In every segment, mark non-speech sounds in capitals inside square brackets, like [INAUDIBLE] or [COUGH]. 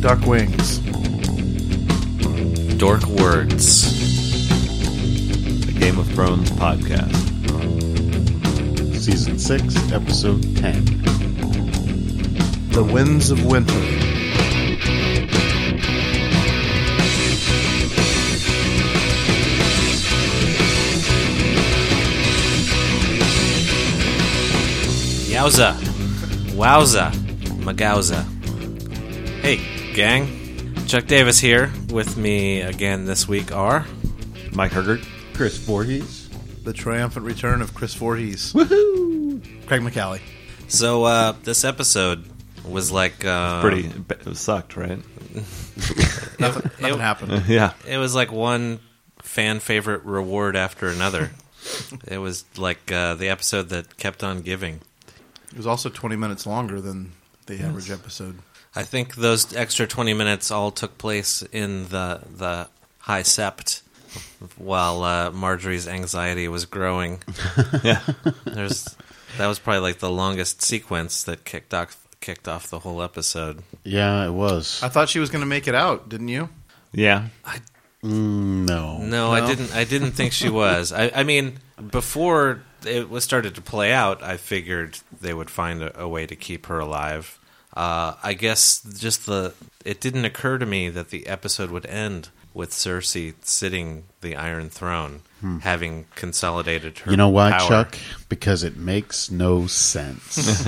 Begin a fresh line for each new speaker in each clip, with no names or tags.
Duck wings.
Dork Words, a Game of Thrones podcast.
Season 6, Episode 10.
The winds of winter.
Yowza, wowza, magowza. Hey, gang. Chuck Davis here. With me again this week are Mike Hergert.
Chris Voorhees.
The triumphant return of Chris Voorhees.
Woohoo!
Craig McCallie.
So uh, this episode was like uh,
pretty it sucked, right?
Nothing, nothing happened.
[LAUGHS] Yeah.
It was like one fan favorite reward after [LAUGHS] another. it was like uh, the episode that kept on giving.
It was also 20 minutes longer than the average episode.
I think those extra 20 minutes all took place in the the high sept while uh, Marjorie's anxiety was growing.
Yeah.
There's that was probably like the longest sequence that kicked off kicked off the whole episode.
Yeah, it was.
I thought she was going to make it out, didn't you?
[LAUGHS] Yeah.
Mm, no.
No, I didn't I didn't think she was. I I mean, before it was started to play out, I figured they would find a, a way to keep her alive. Uh, I guess just the it didn't occur to me that the episode would end with Cersei sitting the Iron Throne, having consolidated her.
Hmm. You know why,
power.
Chuck? Because it makes
[LAUGHS]
no sense.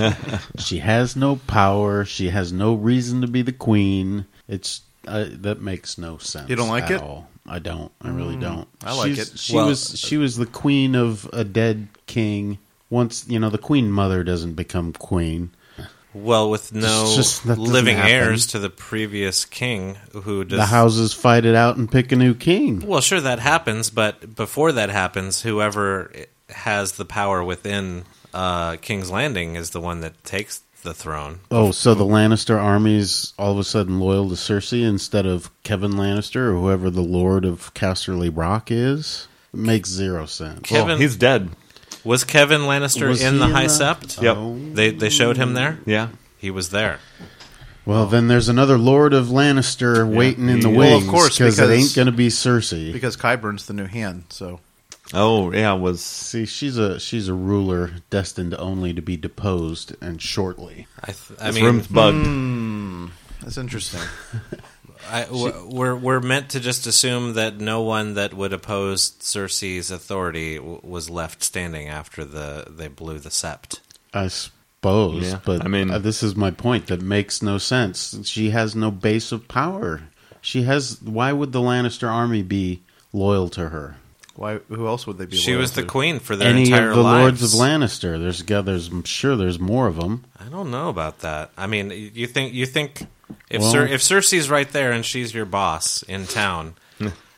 she has no power. She has no reason to be the queen. It's uh, that makes no sense.
You don't like
at
it? Mm,
All. I don't. I really don't.
I like
She's-
it.
She
Well-
was she was the queen of a dead king. Once you know, the queen mother doesn't become queen.
Well, with no
It's just- that doesn't
living
happen.
heirs to the previous king, who does
the houses fight it out and pick a new king.
Well, sure, that happens, but before that happens, whoever has the power within uh, King's Landing is the one that takes the throne.
Oh, so the Lannister army's all of a sudden loyal to Cersei instead of Kevin Lannister or whoever the Lord of Casterly Rock is. It makes zero sense.
Kevin-
Well, he's dead.
Was Kevin Lannister
Was
in
he
the
in
High
the-
Sept?
Yep.
They they showed him there.
Yeah.
He was there.
Well, then there's another Lord of Lannister waiting in the
Well, of
wings
course,
because it
because-
ain't going to be Cersei.
Because Kyburn's the new hand, so.
Oh, yeah, was
See, she's a she's a ruler destined only to be deposed and shortly.
I, th- I
his
mean,
room's bugged.
That's interesting.
I, w- we're we're meant to just assume that no one that would oppose Cersei's authority w- was left standing after the they blew the sept.
I suppose,
Yeah,
but I
I
mean,
mean-
this is my point that makes no sense. She has no base of power. She has. Why would the Lannister army be loyal to her?
Why? Who else would they be?
She
loyal
was the
to?
queen for their
Any
entire
of the
lives.
lords of Lannister? There's, yeah, there's. I'm sure there's more of them.
I don't know about that. I mean, you think you think if
Well-
Cer- if Cersei's right there and she's your boss in
[LAUGHS]
town,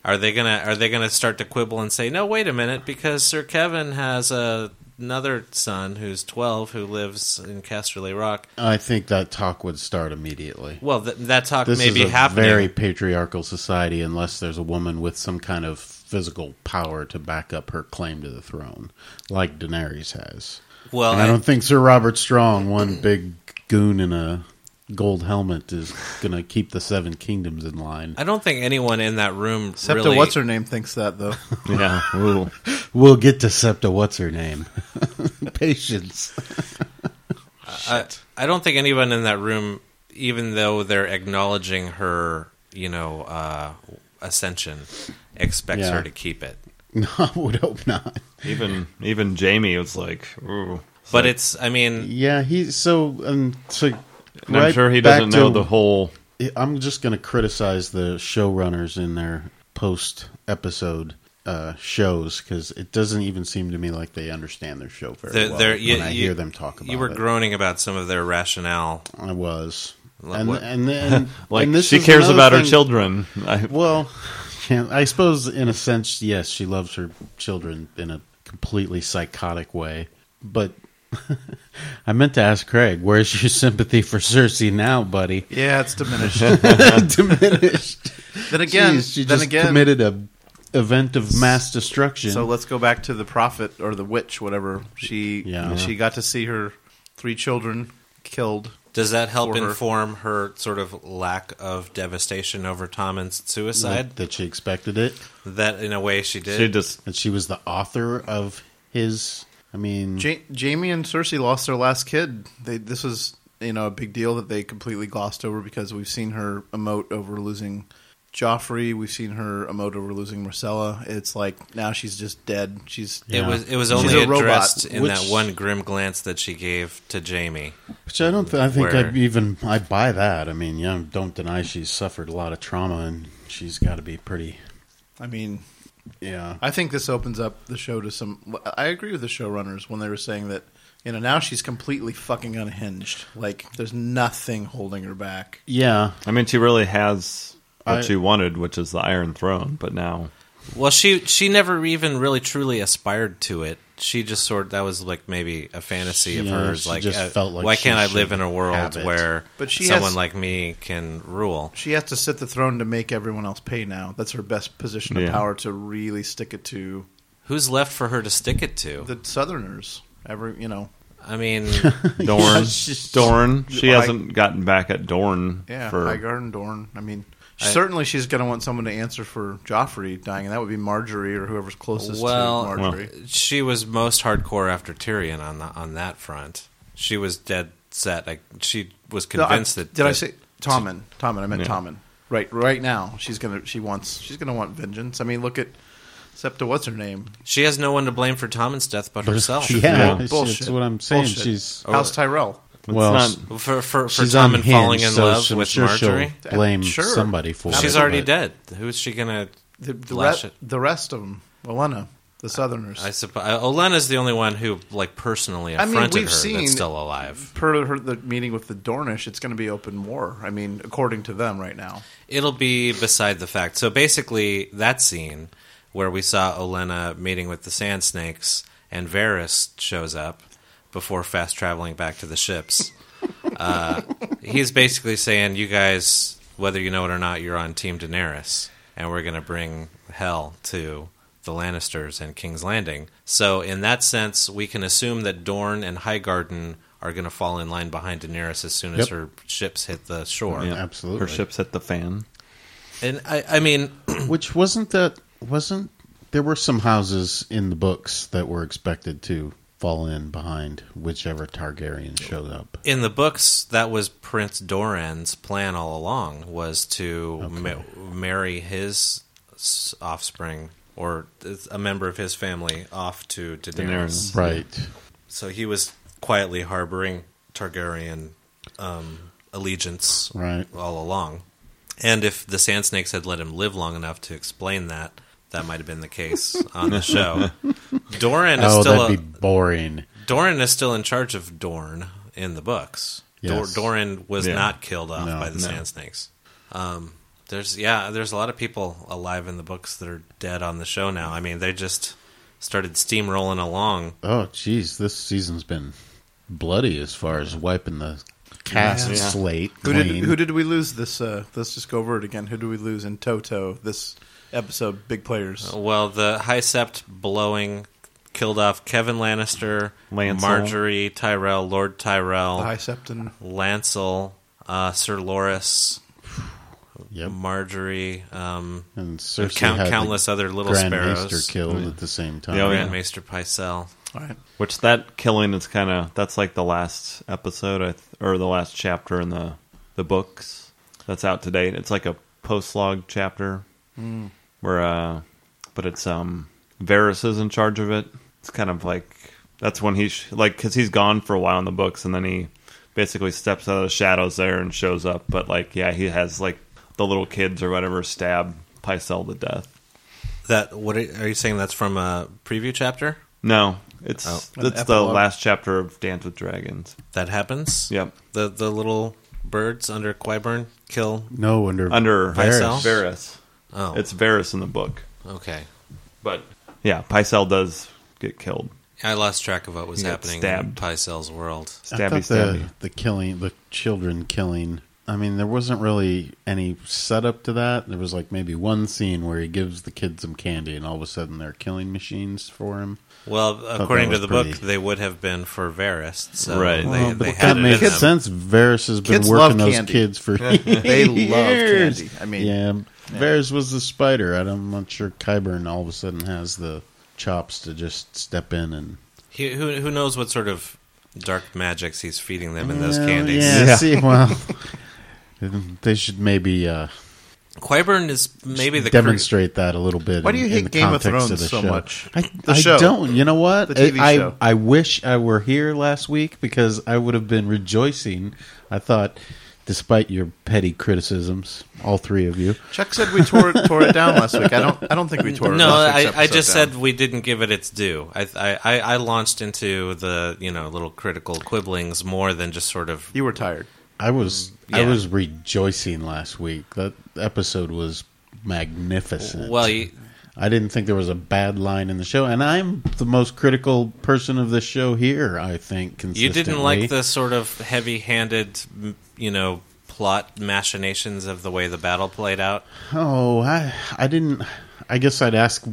are they gonna are they gonna start to quibble and say, no, wait a minute, because Sir Kevin has a, another son who's twelve who lives in Casterly Rock.
I think that talk would start immediately.
Well, th- that talk
This
may
is
be
a
happening.
very patriarchal society, unless there's a woman with some kind of physical power to back up her claim to the throne, like Daenerys has.
well,
and I
I-
don't think Sir Robert Strong, one big goon in a gold helmet, is going to keep the Seven Kingdoms in line.
I don't think anyone in that room
Septa,
really.
what's her name? Thinks that though.
[LAUGHS] Yeah. Ooh.
We'll get to Septa. What's her name? [LAUGHS] Patience. [LAUGHS]
I, I don't think anyone in that room, even though they're acknowledging her, you know, uh, ascension, expects
Yeah.
her to keep it.
No, I would hope not.
Even even Jamie was like, ooh.
But it's, I mean,
Yeah, he's so. Um, so
And I'm
right
sure he
back
doesn't know
to-
the whole
I'm just going to criticize the showrunners in their post episode uh, shows because it doesn't even seem to me like they understand their show very
they're,
well.
they're,
when
you,
I
you-
hear them talk about
You were
it.
groaning about some of their rationale.
I was.
Like
and,
what? [LAUGHS]
and then
like
and this
she
is
cares
another
about her
thing-
children. I,
Well, yeah, I suppose in a sense, yes, she loves her children in a completely psychotic way, but [LAUGHS] I meant to ask Craig, where's your sympathy for Cersei now, buddy? [LAUGHS]
Yeah, it's diminished.
Diminished.
then again,
Jeez, she
then
just
again.
committed a event of mass destruction.
So let's go back to the prophet or the witch, whatever she
Yeah.
she got to see her three children killed.
Does that help
For her.
inform her sort of lack of devastation over Tom and suicide?
Like, that she expected it,
that in a way she did.
She just
that she was the author of his. I mean,
Ja- Jamie and Cersei lost their last kid. They this was you know a big deal that they completely glossed over because we've seen her emote over losing Joffrey. We've seen her emote over losing Marcella. It's like now she's just dead. She's
It
Yeah.
was it was
She's
only
a robot,
addressed in
which-
that one grim glance that she gave to Jamie.
Which I don't. Th- I think I
Where-
even I buy that. I mean, yeah, don't deny she's suffered a lot of trauma and she's got to be pretty.
I mean,
Yeah,
I think this opens up the show to some. I agree with the showrunners when they were saying that you know now she's completely fucking unhinged. Like there's nothing holding her back.
yeah.
I mean, she really has what
I-
she wanted, which is the Iron Throne. But now,
[LAUGHS]
Well, she she never even really truly aspired to it. She just sort that was like maybe a fantasy of
Yeah,
hers.
she
Like,
just
uh,
felt like
why
she
can't I
should
live in a world
have it.
where
But she
someone
has-
like me can rule?
She has to sit the throne to make everyone else pay. Now that's her best position of
Yeah.
power to really stick it to
Who's left for her to stick it to?
the Southerners. Every you know,
I
[LAUGHS]
mean,
Dorn,
she's-
Dorn, she
High-
hasn't gotten back at Dorn
yeah,
for
Highgarden, Dorne. I mean, certainly she's going to want someone to answer for Joffrey dying, and that would be Marjorie or whoever's closest
Well-
to
Well-
Marjorie.
she was most hardcore after Tyrion on the, on that front. She was dead set. Like she was
No, I-
convinced that.
Did I
that-
say Tommen? Tommen. I meant
Yeah.
Tommen. Right. Right now, she's gonna. She wants. She's gonna want vengeance. I mean, look at Septa. What's her name?
she has no one to blame for Tommen's death but herself?
[LAUGHS] Yeah,
Bull-
it's-
bullshit.
that's what I'm saying.
Bullshit.
She's
Oh.
House Tyrell.
It's
well,
not-
sh-
for for, for
she's
Tommen
unhinged,
falling in
so
love
I'm
with
sure she'll
Marjorie.
blame
Sure.
somebody for
She's
it,
She's already
but-
dead. Who's she gonna?
The, the,
Flash
re-
it.
the rest of them. Olenna. The Southerners.
I suppose Olena's the only one who like personally
I mean,
affronted
we've
her
seen-
that's still alive.
Per her, the meeting with the Dornish, it's going to be open war. I mean, according to them, right now.
It'll be beside the fact. So basically, that scene where we saw Olena meeting with the Sand Snakes and Varys shows up before fast traveling back to the ships. uh, [LAUGHS] he's basically saying, "You guys, whether you know it or not, you're on Team Daenerys, and we're going to bring hell to." The Lannisters and King's Landing. So, in that sense, we can assume that Dorne and Highgarden are going to fall in line behind Daenerys as soon as
Yep.
her ships hit the shore.
yeah,
Absolutely.
her ships hit the fan.
And I, I mean,
Which wasn't that wasn't there were some houses in the books that were expected to fall in behind whichever Targaryen showed up.
in the books, that was Prince Doran's plan all along was to ma- marry his s- offspring or a member of his family off to Daenerys.
Daenerys.
Right.
So he was quietly harboring Targaryen um, allegiance
Right.
all along. And if the Sand Snakes had let him live long enough to explain that, that might have been the case on the show.
[LAUGHS]
Doran is
Oh,
still
that'd
a,
be boring.
Doran is still in charge of Dorn in the books.
Yes.
Dor- Doran was
Yeah.
not killed off
No,
by the
no.
Sand Snakes. Um, there's yeah, there's a lot of people alive in the books that are dead on the show now. I mean, they just started steamrolling along.
Oh, jeez, this season's been bloody as far as wiping the cast
Yeah.
slate
Who
clean.
did who did we lose this? Uh, let's just go over it again. Who did we lose in Toto this episode? Big
Oh,
players.
Well, the High Sept blowing killed off Kevin Lannister,
Lancel.
Marjorie Tyrell, Lord Tyrell,
High Septon.
Lancel, uh, Sir Loris,
Yep.
Marjorie, um,
And Cersei
count-
had the
countless other little
Grand
sparrows.
Maester killed at the same time.
Yeah, oh, yeah.
Grandmaster Pycelle.
All right.
Which that killing is kind of that's like the last episode I th- or the last chapter in the the books that's out today. It's like a post log chapter where, uh, but it's um Varys is in charge of it. It's kind of like that's when he's sh- like because he's gone for a while in the books and then he basically steps out of the shadows there and shows up. But like yeah, he has like the little kids or whatever stab Pycelle to death.
That what are, are you saying? That's from a preview chapter
No, it's
An
it's the
epilogue.
last chapter of Dance with Dragons.
that happens.
Yep.
The the little birds under Quiburn kill.
No under
under
Pycelle?
Varys.
Oh,
It's Varys in the book,
okay.
but yeah, Pycelle does get killed.
I lost track of what was
He got
happening in
stabbed.
Pycelle's world.
I
Stabby,
thought the,
stabby.
the killing, the children killing. I mean, there wasn't really any setup to that. There was like maybe one scene where he gives the kid some candy, and all of a sudden they're killing machines for him.
Well, according to
was
the book,
pretty-
they would have been for Varist. So
Right.
They,
Well,
they
but
had
that
it
makes
in them.
sense. Varys has been
Kids love
working those
candy.
kids for [LAUGHS]
They love
years.
candy. I mean-
yeah, Varys was the spider. I don't- I'm not sure Kyburn all of a sudden has the chops to just step in and
He, who, who knows what sort of dark magics he's feeding them in those
Well,
candies?
Yeah,
Yeah.
see, well, they should maybe uh,
Quiburn is maybe the cre-
demonstrate that a little bit.
Why do
in-
you
in
hate
the
Game of
context
Thrones
the
so
show.
much?
I,
The
I
show.
don't. You know what?
The TV
I,
show.
I I wish I were here last week because I would have been rejoicing. I thought, despite your petty criticisms, all three of you.
Chuck said we tore it, tore it down last week. I don't. I don't think we tore it.
no,
last week's
I, I
episode
just
down.
said we didn't give it its due. I, I, I I launched into the you know little critical quibblings more than just sort of
you were tired.
I was I
Yeah.
was rejoicing last week. That episode was magnificent.
well. You,
I didn't think there was a bad line in the show, and I'm the most critical person of the show here. I think
you
consistently.
didn't like the sort of heavy-handed m- you know plot machinations of the way the battle played out.
Oh, I I didn't. I guess I'd ask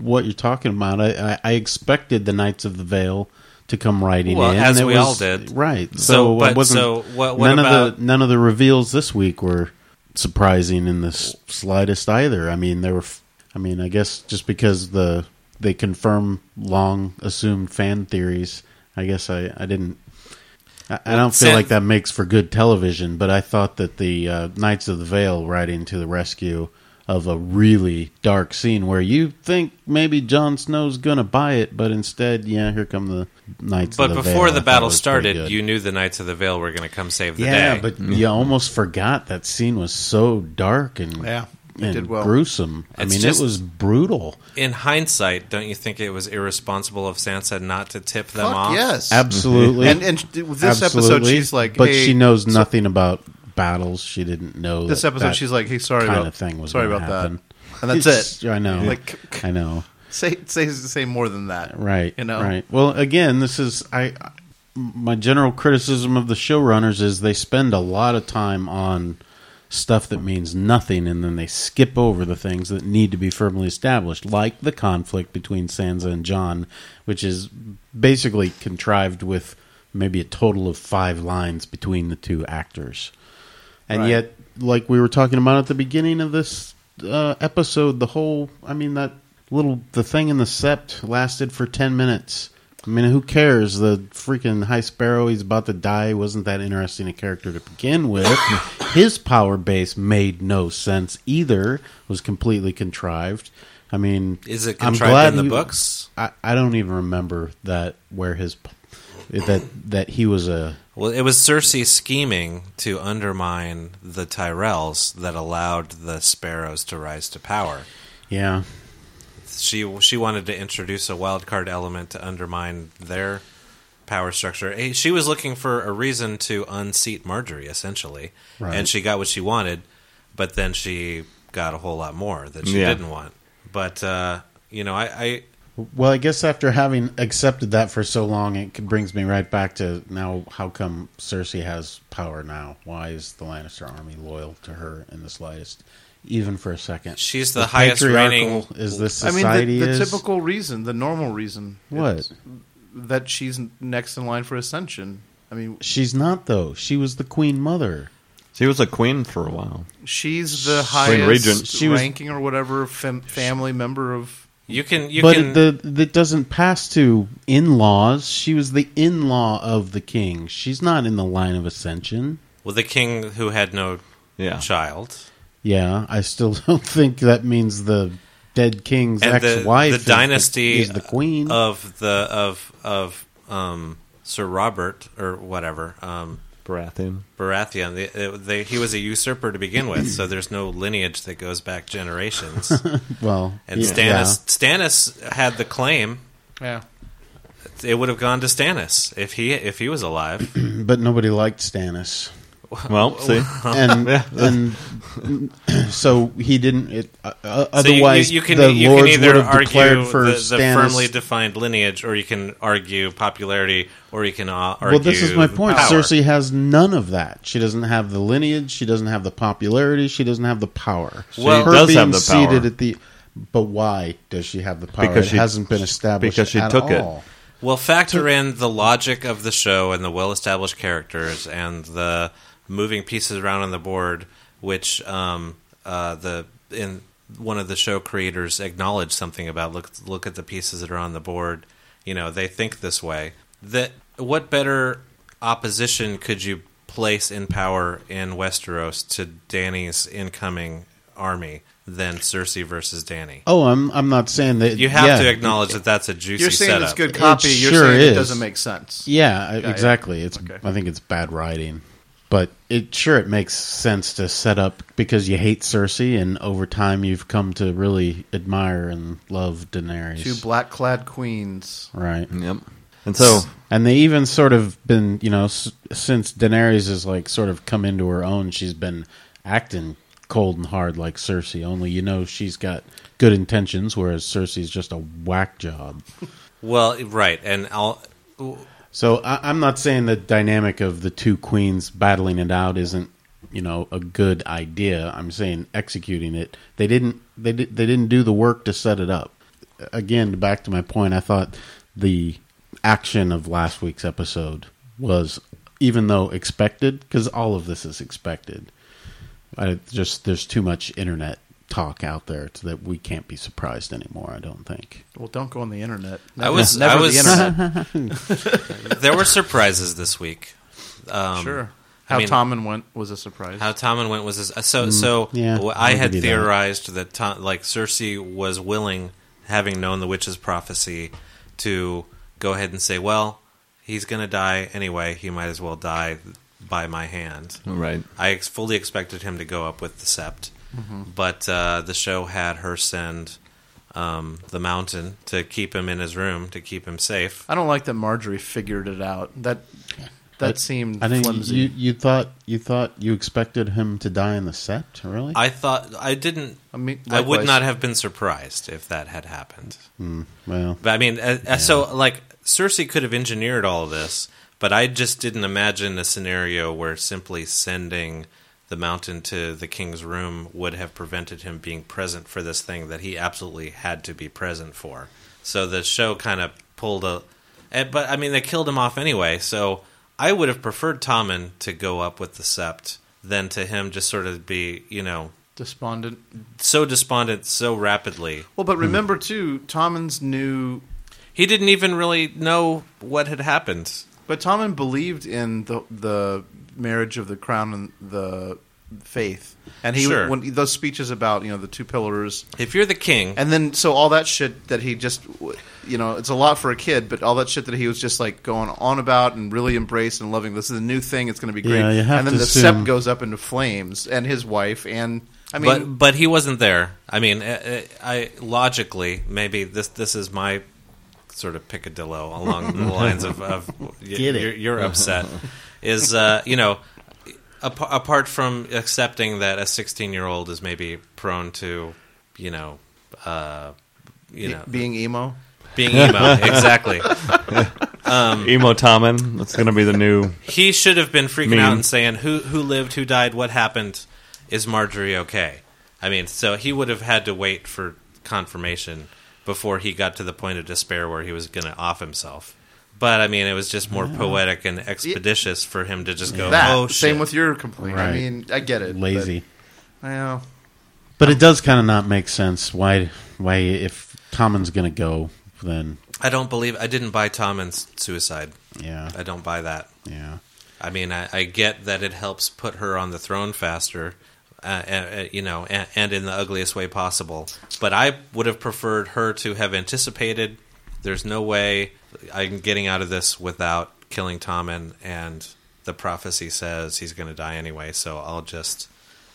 what you're talking about. I I, I expected the Knights of the Veil to come riding
Well,
in,
as
and it
we
was-
all did.
right? So,
So,
I
but-
wasn't.
so what- what
none of
about-
the none of the reveals this week were surprising in the s- slightest either. I mean, there were. f- I mean, I guess just because the they confirm long assumed fan theories, I guess I I didn't I, I don't feel
Sin-
like that makes for good television, but I thought that the uh, Knights of the Veil riding to the rescue of a really dark scene where you think maybe Jon Snow's gonna buy it, but instead, yeah, here come the Knights.
But
of the
before the
Vale. I thought
battle
it was pretty
started,
good.
you knew the Knights of the Vale were going to come save the
yeah,
day.
but
Mm.
you almost forgot that scene was so dark and
Yeah, it
and
did well.
gruesome. I
It's
mean,
just-
it was brutal.
in hindsight, don't you think it was irresponsible of Sansa not to tip them
Fuck
off?
yes,
Absolutely.
And and this episode,
Absolutely.
she's like,
but
hey,
she knows nothing about battles. She didn't know
This
that
episode,
that
she's like, hey, sorry
kinda
about
thing was
sorry
gonna
about
happen.
that, and that's it.
I know.
Like,
I know.
Say say say more than that,
Right.
You know,
Right. Well, again, this is I. I- My general criticism of the showrunners is they spend a lot of time on stuff that means nothing, and then they skip over the things that need to be firmly established, like the conflict between Sansa and John, which is basically contrived with maybe a total of five lines between the two actors. And
Right.
yet, like we were talking about at the beginning of this uh, episode, the whole, I mean, that little, the thing in the sept lasted for 10 minutes. I mean, who cares? The freaking High Sparrow, he's about to die, wasn't that interesting a character to begin with.
[COUGHS]
His power base made no sense either, was completely contrived. I mean,
Is it
I'm
contrived
glad
in the
you-
books?
I, I don't even remember that where his p- that that he was a
Well, it was Cersei scheming to undermine the Tyrells that allowed the Sparrows to rise to power.
yeah
She she wanted to introduce a wild card element to undermine their power structure. Eh, She was looking for a reason to unseat Marjorie, essentially,
Right.
and she got what she wanted. But then she got a whole lot more that she
Yeah.
didn't want. But uh, you know, I, I
Well, I guess after having accepted that for so long, it c- brings me right back to now. How come Cersei has power now? Why is the Lannister army loyal to her in the slightest, even for a second?
She's the
As
highest
patriarchal
reigning-
Is this
I mean,
society?
the, the
is,
typical reason, the normal reason,
what?
is that she's next in line for ascension. I mean,
She's not though. She was the queen mother.
She was a queen for a while.
she's the
Queen
highest
Regent.
She was-
ranking or whatever fam- family member of.
you can you
but
can
it, the that doesn't pass to in-laws. She was the in-law of the king. She's not in the line of ascension.
well the king who had no
Yeah.
child.
Yeah, I still [LAUGHS] don't think that means the dead king's
and the,
ex-wife.
the
is
dynasty uh,
is the queen.
of the of of um, Sir Robert or whatever um,
Baratheon.
Baratheon. They, they, he was a usurper to begin with, so there's no lineage that goes back
[LAUGHS]
generations.
well,
And
yeah.
Stannis Stannis had the claim.
Yeah,
[CLEARS THROAT]
It would have gone to Stannis if he if he was alive.
but nobody liked Stannis. [LAUGHS]
Well, see,
Uh-huh. [LAUGHS]
and
Yeah.
and [CLEARS THROAT] so he didn't. It, uh, uh,
So you-
otherwise,
you, you can,
the
you can
lords would
either
have
argue
declared for
the, the
Stannis.
firmly defined lineage, or you can argue popularity, or you can uh, argue.
well, this is my point.
power.
Cersei has none of that. She doesn't have the lineage. She doesn't have the popularity. She doesn't have the power.
Well-
her
does
being
have the power.
seated at the. But why does she have the power?
Because
it
she-
hasn't been established
because she
at
took it.
all.
Well, factor in the logic of the show and the well-established characters and the moving pieces around on the board, which um, uh, the in one of the show creators acknowledged something about. Look, look at the pieces that are on the board. You know, they think this way. That what better opposition could you place in power in Westeros to Danny's incoming army than Cersei versus Danny?
Oh, I'm I'm not saying that
You have
yeah.
to acknowledge that that's a juicy
You're saying
setup.
it's good copy.
It
You're
sure
saying it
is.
doesn't make sense.
Yeah,
yeah.
exactly. It's
Okay.
I think it's bad writing, but it sure it makes sense to set up because you hate Cersei, and over time you've come to really admire and love Daenerys.
Two black clad queens.
right.
yep. And so
And they even sort of been, you know, s- since Daenerys has like sort of come into her own, she's been acting cold and hard like Cersei. Only you know she's got good intentions, whereas Cersei's just a whack job.
Well, right, and I'll.
So I, I'm not saying the dynamic of the two queens battling it out isn't, you know, a good idea. I'm saying executing it. They didn't. They did, they didn't do the work to set it up. Again, back to my point. I thought the action of last week's episode was, even though expected, because all of this is expected. I just there's too much internet talk out there to, that we can't be surprised anymore. I don't think.
Well, don't go on the internet.
I was-
never
I
the
was- uh,
[LAUGHS]
internet.
there were surprises this week. Um,
sure.
I
How
mean-
Tommen went was a surprise.
How Tommen went was this, uh, so. so
Mm, yeah,
wh- I
I'll
had
give you that.
theorized that. Tom, like Cersei was willing, having known the witch's prophecy, to go ahead and say, "Well, he's going to die anyway. He might as well die by my hand."
right,
I ex- fully expected him to go up with the sept, but uh, the show had her send um, the mountain to keep him in his room to keep him safe.
I don't like that Marjorie figured it out. That that
I-
seemed
I think
flimsy.
you you thought you thought you expected him to die in the sept, really?
I thought I didn't.
I mean,
I would
likewise.
not have been surprised if that had happened.
well,
But I mean, uh, uh, so like Cersei could have engineered all of this, but I just didn't imagine a scenario where simply sending the mountain to the king's room would have prevented him being present for this thing that he absolutely had to be present for. So the show kind of pulled a, eh, but I mean they killed him off anyway. So I would have preferred Tommen to go up with the sept than to him just sort of be you know
despondent.
so despondent so rapidly.
Well,
Hmm.
but remember too, Tommen's knew,
He didn't even really know what had happened.
but Tommen believed in the the marriage of the crown and the faith, and he
Sure.
when those speeches about you know the two pillars,
If you're the king,
and then so all that shit that he just you know it's a lot for a kid, but all that shit that he was just like going on about and really embraced and loving. This is a new thing; it's going to be great.
Yeah, you have
and then
to
the sept
assume-
goes up into flames, and his wife, and I mean,
but but he wasn't there. I mean, I, I logically maybe this this is my sort of picadillo along
[LAUGHS]
the lines of, of y-
Get it.
Your, your upset is uh, you know ap- apart from accepting that a 16 year old is maybe prone to you know uh, you know
being emo.
being
[LAUGHS]
emo exactly.
emo Tommen. That's gonna be
[LAUGHS]
the new.
he should have been freaking
Mean.
out and saying who who lived, who died, what happened, is Marjorie okay? I mean, so he would have had to wait for confirmation before he got to the point of despair where he was going to off himself. But I mean, it was just more poetic and expeditious for him to just go.
That
oh,
same
shit."
with your complaint. I
Right.
mean, I get it. but-
lazy.
Yeah.
But, it does kind of not make sense why why if Tommen's going to go, then
I don't believe I didn't buy Tommen's suicide.
yeah,
I don't buy that.
yeah.
I mean, I, I get that it helps put her on the throne faster, uh, uh, uh, you know, and, and in the ugliest way possible. But I would have preferred her to have anticipated. There's no way I'm getting out of this without killing Tommen, and the prophecy says he's going to die anyway. So I'll just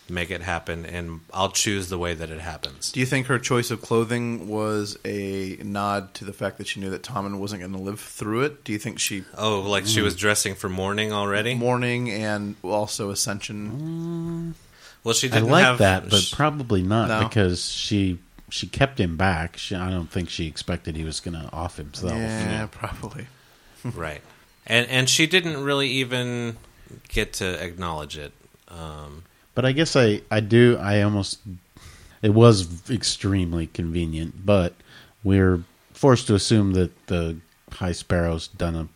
make it happen, and I'll choose the way that it happens.
Do you think her choice of clothing was a nod to the fact that she knew that Tommen wasn't going to live through it? Do you think she
Oh, like
Mm.
she was dressing for mourning already.
mourning and also ascension?
Well, she
I
didn't
like
have
that, but
sh-
probably not
No.
because she she kept him back. She, I don't think she expected he was going to off himself.
Yeah, probably.
right, and and she didn't really even get to acknowledge it. Um,
But I guess I, I do. I almost. It was extremely convenient, but we're forced to assume that the High Sparrow's done a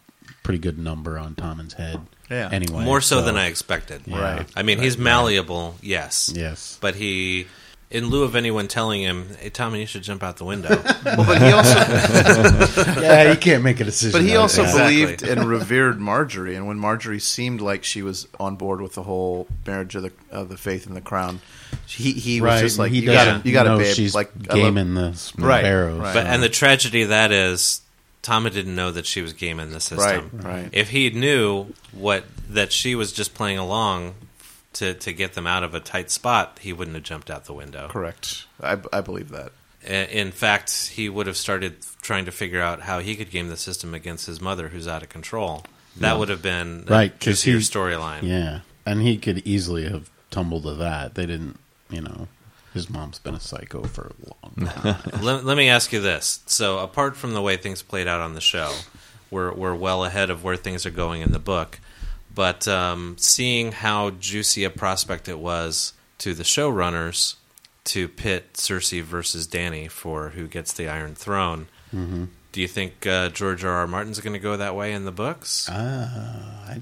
pretty good number on Tommen's head.
Yeah.
Anyway.
more so, than I expected.
Yeah.
Right.
I mean, he's malleable, yes.
Yes.
But he, in lieu of anyone telling him, hey, Tommy, you should jump out the
[LAUGHS]
window.
Well, but he also
[LAUGHS] yeah, he can't make a decision.
But he
like
also
that.
Exactly.
believed and revered Marjorie, and when Marjorie seemed like she was on board with the whole marriage of the of the faith and the crown, he he was
right.
just like
he
you got
doesn't
to you got to
know
babe
She's
like I love-
gaming the
Right,
Sparrow.
right.
But and the tragedy of that is, Tommy didn't know that she was gaming the system.
Right, right.
If he knew what that she was just playing along to to get them out of a tight spot, he wouldn't have jumped out the window.
correct. I I believe that.
I- In fact, he would have started trying to figure out how he could game the system against his mother, who's out of control. That would have been a
Right, 'cause
juicier
he-
storyline.
Yeah, and he could easily have tumbled to that. They didn't, you know. His mom's been a psycho for a long [LAUGHS] time.
let, let me ask you this. So, apart from the way things played out on the show, we're we're well ahead of where things are going in the book. But um, seeing how juicy a prospect it was to the showrunners to pit Cersei versus Danny for who gets the Iron Throne,
Mm-hmm.
do you think uh, George R. R. Martin's going to go that way in the books?
Ah, I, I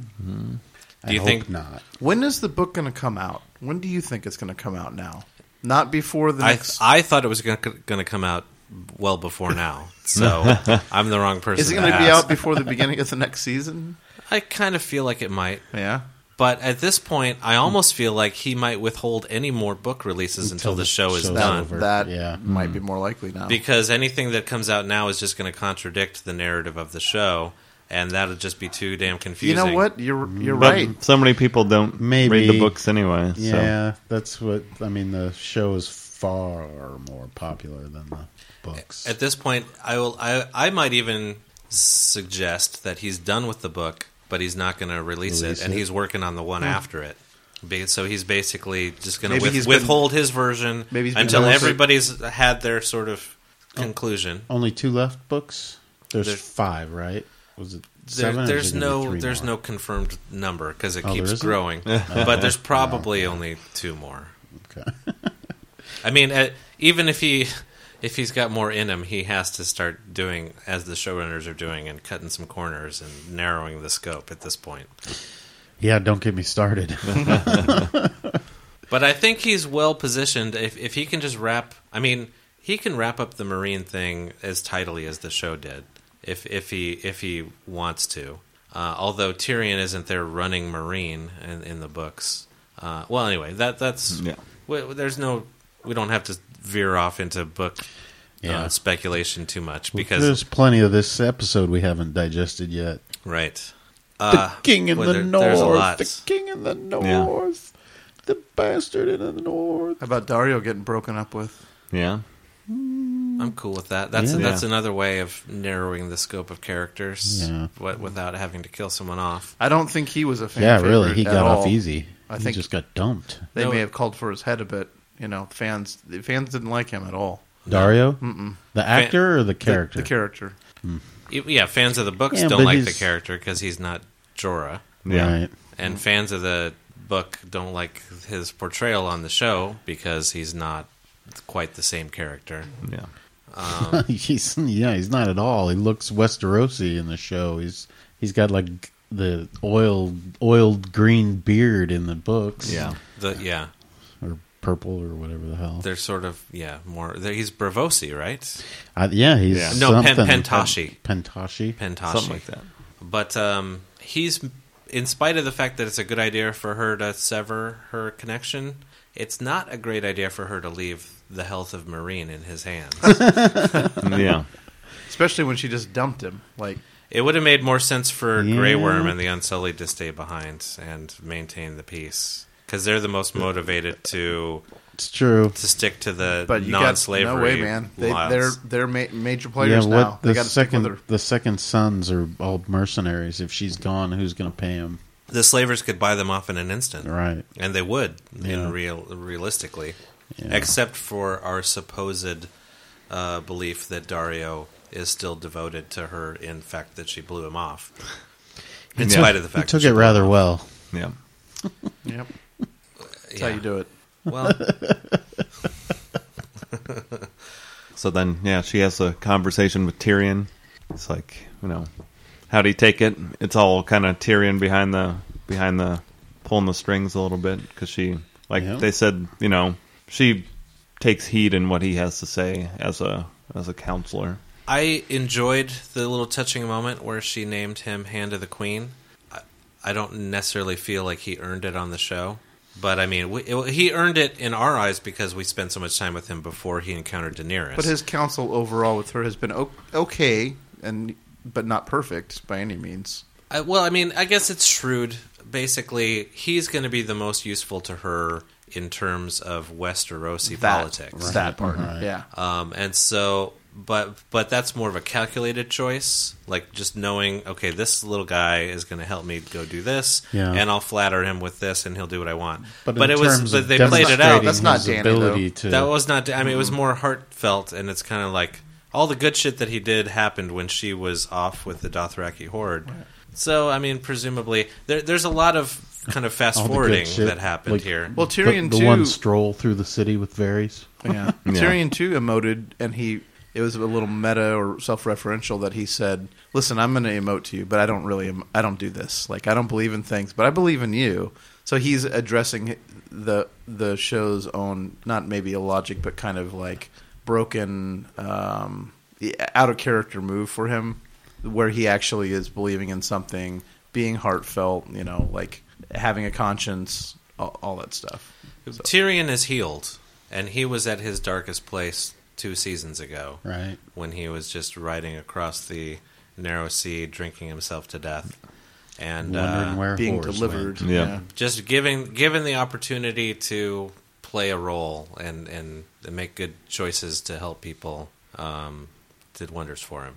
Do you
hope
think-
not?
When is the book going to come out? When do you think it's going to come out? Now, not before the
I
next.
I thought it was going to come out well before now, so I'm the wrong person.
is it going to
to
be
ask.
out before the beginning of the next season?
I kind of feel like it might.
Yeah.
But at this point, I almost feel like he might withhold any more book releases until, the show is
show's
done.
over.
That
Yeah. Mm-hmm.
might be more likely now.
Because anything that comes out now is just going to contradict the narrative of the show, and that'll just be too damn
you
confusing.
know what? You're you're
But
right.
so many people don't
Maybe.
read the books anyway. So.
Yeah, that's what I mean. The show is far more popular than the books.
At this point, I will. I, I might even suggest that he's done with the book, but he's not going to release,
Release
it, and
it.
he's working on the one after it. Be- So he's basically just going
Maybe
to
he's been-
withhold his version
Maybe he's been
until
doing it-
everybody's had their sort of
Oh.
conclusion.
Only two left books. There's
There-
five, right? Was it
There,
seven? or is
there's
it gonna be
no
three
there's
more?
no confirmed number because it
Oh, there
keeps
isn't? [LAUGHS]
growing, but there's probably only two more.
Okay. [LAUGHS]
I mean, uh, even if he if he's got more in him, he has to start doing as the showrunners are doing and cutting some corners and narrowing the scope at this point.
Yeah, don't get me started.
But I think he's well positioned if if he can just wrap. I mean, he can wrap up the marine thing as tidily as the show did, if if he if he wants to. Uh, although Tyrion isn't there running marine in, in the books. Uh, well, anyway, that that's
Yeah.
w- there's no we don't have to veer off into book
Yeah.
uh, speculation too much [LAUGHS] because
there's plenty of this episode we haven't digested yet.
right. Uh,
king in
well,
the
there- there's a
north.
lot.
The king in the
Yeah.
north. The bastard in the north.
How about Dario getting broken up with?
Yeah.
I'm cool with that. That's
Yeah.
that's another way of narrowing the scope of characters
Yeah.
wi- without having to kill someone off.
I don't think he was a fan.
Yeah, really.
favorite
He
at
got off
all.
easy.
I
he
think-
just got dumped.
They
No.
may have called for his head a bit. You know, fans the fans didn't like him at all.
Dario? Mm-mm. The actor or
The-
the character?
the character.
Y- Yeah, fans of the books
Yeah,
don't
but
like the
he's-
character because he's not Jorah,
Yeah.
Right. [LAUGHS]
and fans of the book don't like his portrayal on the show because he's not quite the same character.
Yeah.
he's yeah, he's not at all. He looks Westerosi in the show. He's he's got like the oil oiled green beard in the books.
Yeah.
The yeah,
Or purple or whatever the hell.
they're sort of yeah more. they're- He's Bravosi, right?
I, yeah, he's
Yeah.
No, Pen-
something.
Pentashi.
Pentashi.
Pentashi,
Something like that.
But um, he's, in spite of the fact that it's a good idea for her to sever her connection, it's not a great idea for her to leave the health of Marine in his hands.
Yeah.
Especially when she just dumped him. Like
It would have made more sense for Grey
Yeah.
Worm and the Unsullied to stay behind and maintain the peace. because they're the most motivated to
It's true.
to stick to the
But you
non-slavery.
got no way, man. They,
laws.
they're they're ma- major players
yeah, what
now. They
the
got to stick with
second
her.
the second sons are all mercenaries. If she's gone, who's going to pay him?
the slavers could buy them off in an instant,
Right.
and they would
Yeah.
in real realistically,
Yeah.
except for our supposed uh, belief that Dario is still devoted to her. In fact, that she blew him off, in
Yeah.
spite of the
He
fact
took
that she
it
blew
rather
him
well.
Yeah.
Yep,
off.
that's
Yeah.
how you do it.
Well,
So then, yeah, she has a conversation with Tyrion. It's like, you know, how do you take it? It's all kind of Tyrion behind the behind the pulling the strings a little bit because she, like
Yeah.
they said, you know, she takes heed in what he has to say as a as a counselor.
I enjoyed the little touching moment where she named him Hand of the Queen. I, I don't necessarily feel like he earned it on the show, but I mean, we, it, he earned it in our eyes because we spent so much time with him before he encountered Daenerys.
But his counsel overall with her has been o- okay, and but not perfect by any means.
I, well, I mean, I guess it's shrewd. Basically, he's going to be the most useful to her in terms of Westerosi politics.
that part,
Right.
yeah.
Um, and so, but but that's more of a calculated choice, like just knowing, okay, this little guy is going to help me go do this,
Yeah.
and I'll flatter him with this, and he'll do what I want. But,
But, in
it
terms
was, but
of
they played it out.
demonstrating
That's not
his
Danny,
ability to. Mm-hmm.
That was not. I mean, it was more heartfelt, and it's kind of like all the good shit that he did happened when she was off with the Dothraki horde. So, I mean, presumably, there, there's a lot of kind of fast
[LAUGHS] all the good
forwarding
shit.
that happened
Like,
here.
Well,
the-
Tyrion
the,
too-
one stroll through the city with Varys.
[LAUGHS] Yeah. Tyrion too emoted, and he it was a little meta or self-referential that he said, "Listen, I'm going to emote to you, but I don't really, em- I don't do this. Like, I don't believe in things, but I believe in you." So he's addressing the the show's own, not maybe illogic, but kind of like broken, um, out of character move for him, where he actually is believing in something, being heartfelt, you know, like having a conscience, all, all that stuff.
Tyrion is healed, and he was at his darkest place two seasons ago
Right.
when he was just riding across the narrow sea, drinking himself to death, and
Wondering
uh,
where
Being
whores
delivered,
Yeah.
just giving given the opportunity to play a role and and make good choices to help people um, did wonders for him.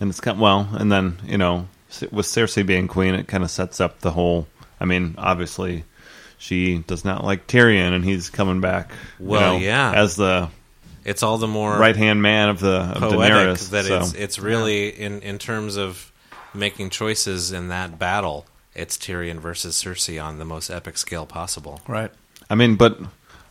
And it's kind well, and then you know, with Cersei being queen, it kind of sets up the whole. I mean, obviously, she does not like Tyrion, and he's coming back. you
Well,
know,
yeah.
as the
It's all the more
right hand man of the of
poetic
Daenerys.
that
so.
it's it's really in in terms of making choices in that battle. It's Tyrion versus Cersei on the most epic scale possible.
right.
I mean, but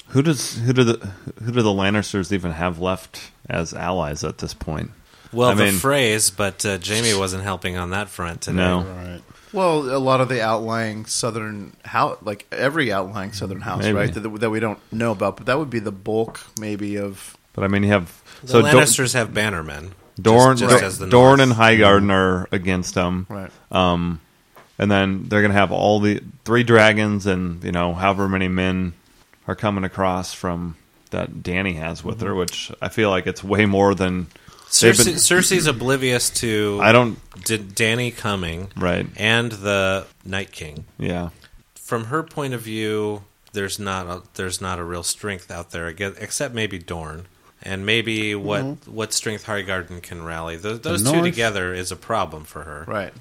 who does who do the who do the Lannisters even have left as allies at this point?
Well,
I
the
mean-
phrase, but uh, Jamie wasn't helping on that front today.
No.
Went. Right.
Well, a lot of the outlying southern house, like every outlying southern house,
Maybe.
right? That, that we don't know about, but that would be the bulk, maybe of.
But I mean, you have
The
so Dor-
Lannisters have bannermen.
Dorne,
just- just
Dor-
as the
Dorne
North.
and Highgarden are against them,
Right.
Um, and then they're gonna have all the three dragons, and you know, however many men are coming across from that Danny has with
Mm-hmm.
her, which I feel like it's way more than they've
Cersei,
been-
Cersei's oblivious to
I don't.
D- Danny coming
Right.
and the Night King.
Yeah.
From her point of view, there's not a, there's not a real strength out there again, except maybe Dorne and maybe what what strength Highgarden can rally. Those, those two
Mm-hmm. North-
together is a problem for her.
Right.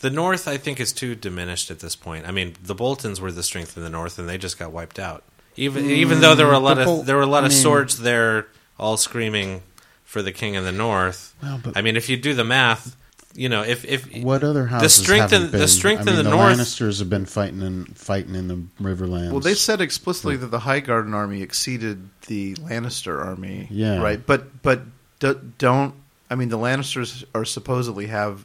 The North, I think, is too diminished at this point. I mean, the Boltons were the strength in the North, and they just got wiped out. Even even though there were a lot
the Bol-
of there were a lot
Mm, I
of
mean-
swords there, all screaming for the king of the North.
Well, but-
I mean, if you do the math, you know, if if
What other houses?
the strength
haven't
in
been?
the strength
I mean,
in the,
the
North.
Lannisters have been fighting and fighting in the Riverlands.
Well, they said explicitly that the High Garden army exceeded the Lannister army.
Yeah.
Right. But but d- don't. I mean, the Lannisters are supposedly have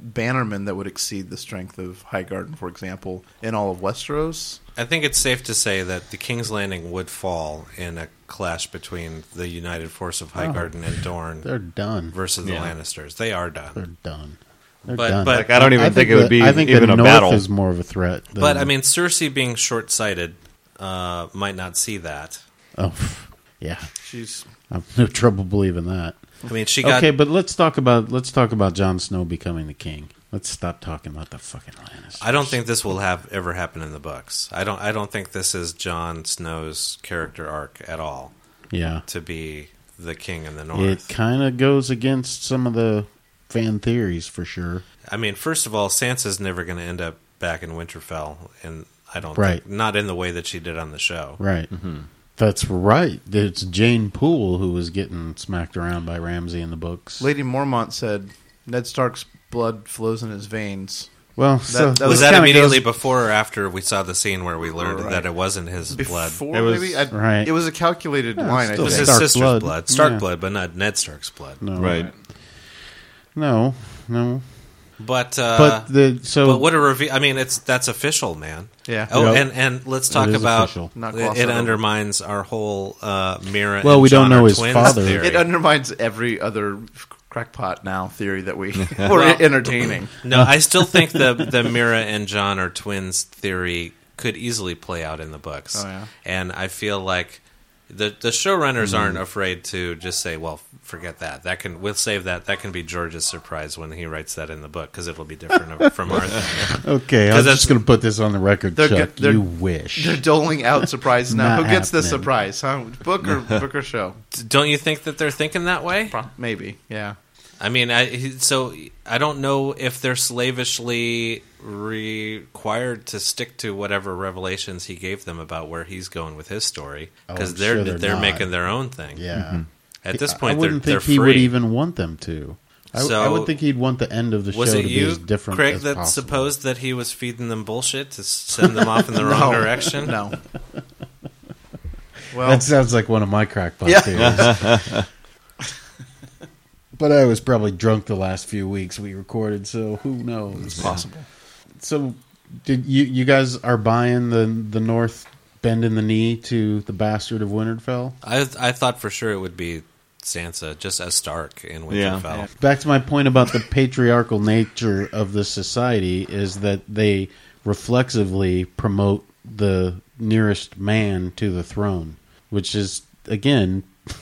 bannermen that would exceed the strength of High Garden, for example, in all of Westeros.
I think it's safe to say that the King's Landing would fall in a clash between the united force of Highgarden and Dorne
Oh. they're done.
versus the
Yeah.
Lannisters. They are done.
They're done. They're
But-
done.
but-
Like I don't even think, it
the-
would be
I think
even
the
a
North
battle.
is more of a threat. Than,
But I mean, Cersei being short sighted uh, might not see that.
oh, [LAUGHS] pff, yeah,
She's
I have no trouble believing that.
I mean, she got
okay, but let's talk about let's talk about Jon Snow becoming the king. Let's stop talking about the fucking Lannisters.
I don't think this will have ever happen in the books. I don't. I don't think this is Jon Snow's character arc at all
yeah,
to be the king in the
it
north.
kind of goes against some of the fan theories for sure.
I mean, first of all, Sansa's never going to end up back in Winterfell, and I don't
Right.
think not in the way that she did on the show.
Right.
Mm-hmm.
That's right. It's Jane Poole who was getting smacked around by Ramsey in the books.
Lady Mormont said, "Ned Stark's blood flows in his veins."
Well, so
that
was
was
this
that
kinda
immediately
goes-
before or after we saw the scene where we learned
Right.
that it wasn't his blood?
Before
It was-
maybe, I,
right.
It was a calculated
Yeah,
line. I
still
It
think.
was his
Stark
sister's
blood.
blood, Stark
Yeah.
blood, but not Ned Stark's blood.
no,
right.
No, no.
But uh,
But
but,
the so
what a reveal! I mean, it's that's official, man.
Yeah.
Oh,
Yep.
and and let's talk
is
about
official.
Not gloss
it,
that
it
over.
undermines our whole uh, Mira.
Well,
and
we don't
John are
know his
twins
father.
theory.
It undermines every other crackpot now theory that
[LAUGHS]
we were
Well-
entertaining.
no, I still think the the Mira and John are twins theory could easily play out in the books.
Oh, yeah.
And I feel like the the showrunners aren't afraid to just say, "Well, forget that. That can we'll save that. That can be George's surprise when he writes that in the book because it'll be different from our thing."
okay, I'm
Because
just
that's-
going to put this on the record,
They're
Chuck.
go- they're-
you wish.
They're doling out surprises now.
Not
Who gets the
happening.
surprise? Huh? Book
[LAUGHS]
or book or show?
Don't you think that they're thinking that way?
Pro- Maybe. Yeah.
I mean, I he- so I don't know if they're slavishly required to stick to whatever revelations he gave them about where he's going with his story
Oh,
because
I'm
they're
sure they're
they're,
not.
making their own thing.
yeah.
Mm-hmm. At this
I-
point,
I wouldn't
they're,
think
they're
he
free.
would even want them to. I, I
So-
would think he'd want the end of the
was
show
it
to be
you,
as different
Craig,
as
that
possible.
supposed that he was feeding them bullshit to s- send them off in
[LAUGHS]
the wrong direction?
No. Well,
that sounds like one of my crackpot
Yeah.
theories. [LAUGHS] but I was probably drunk the last few weeks we recorded, so who knows? It's
possible.
So, did you you guys are buying the the North bending the knee to the bastard of Winterfell?
I I thought for sure it would be Sansa, just as Stark in
Yeah.
Winterfell.
Back to my point about the patriarchal nature of the society is that they reflexively promote the nearest man to the throne, which is again [LAUGHS]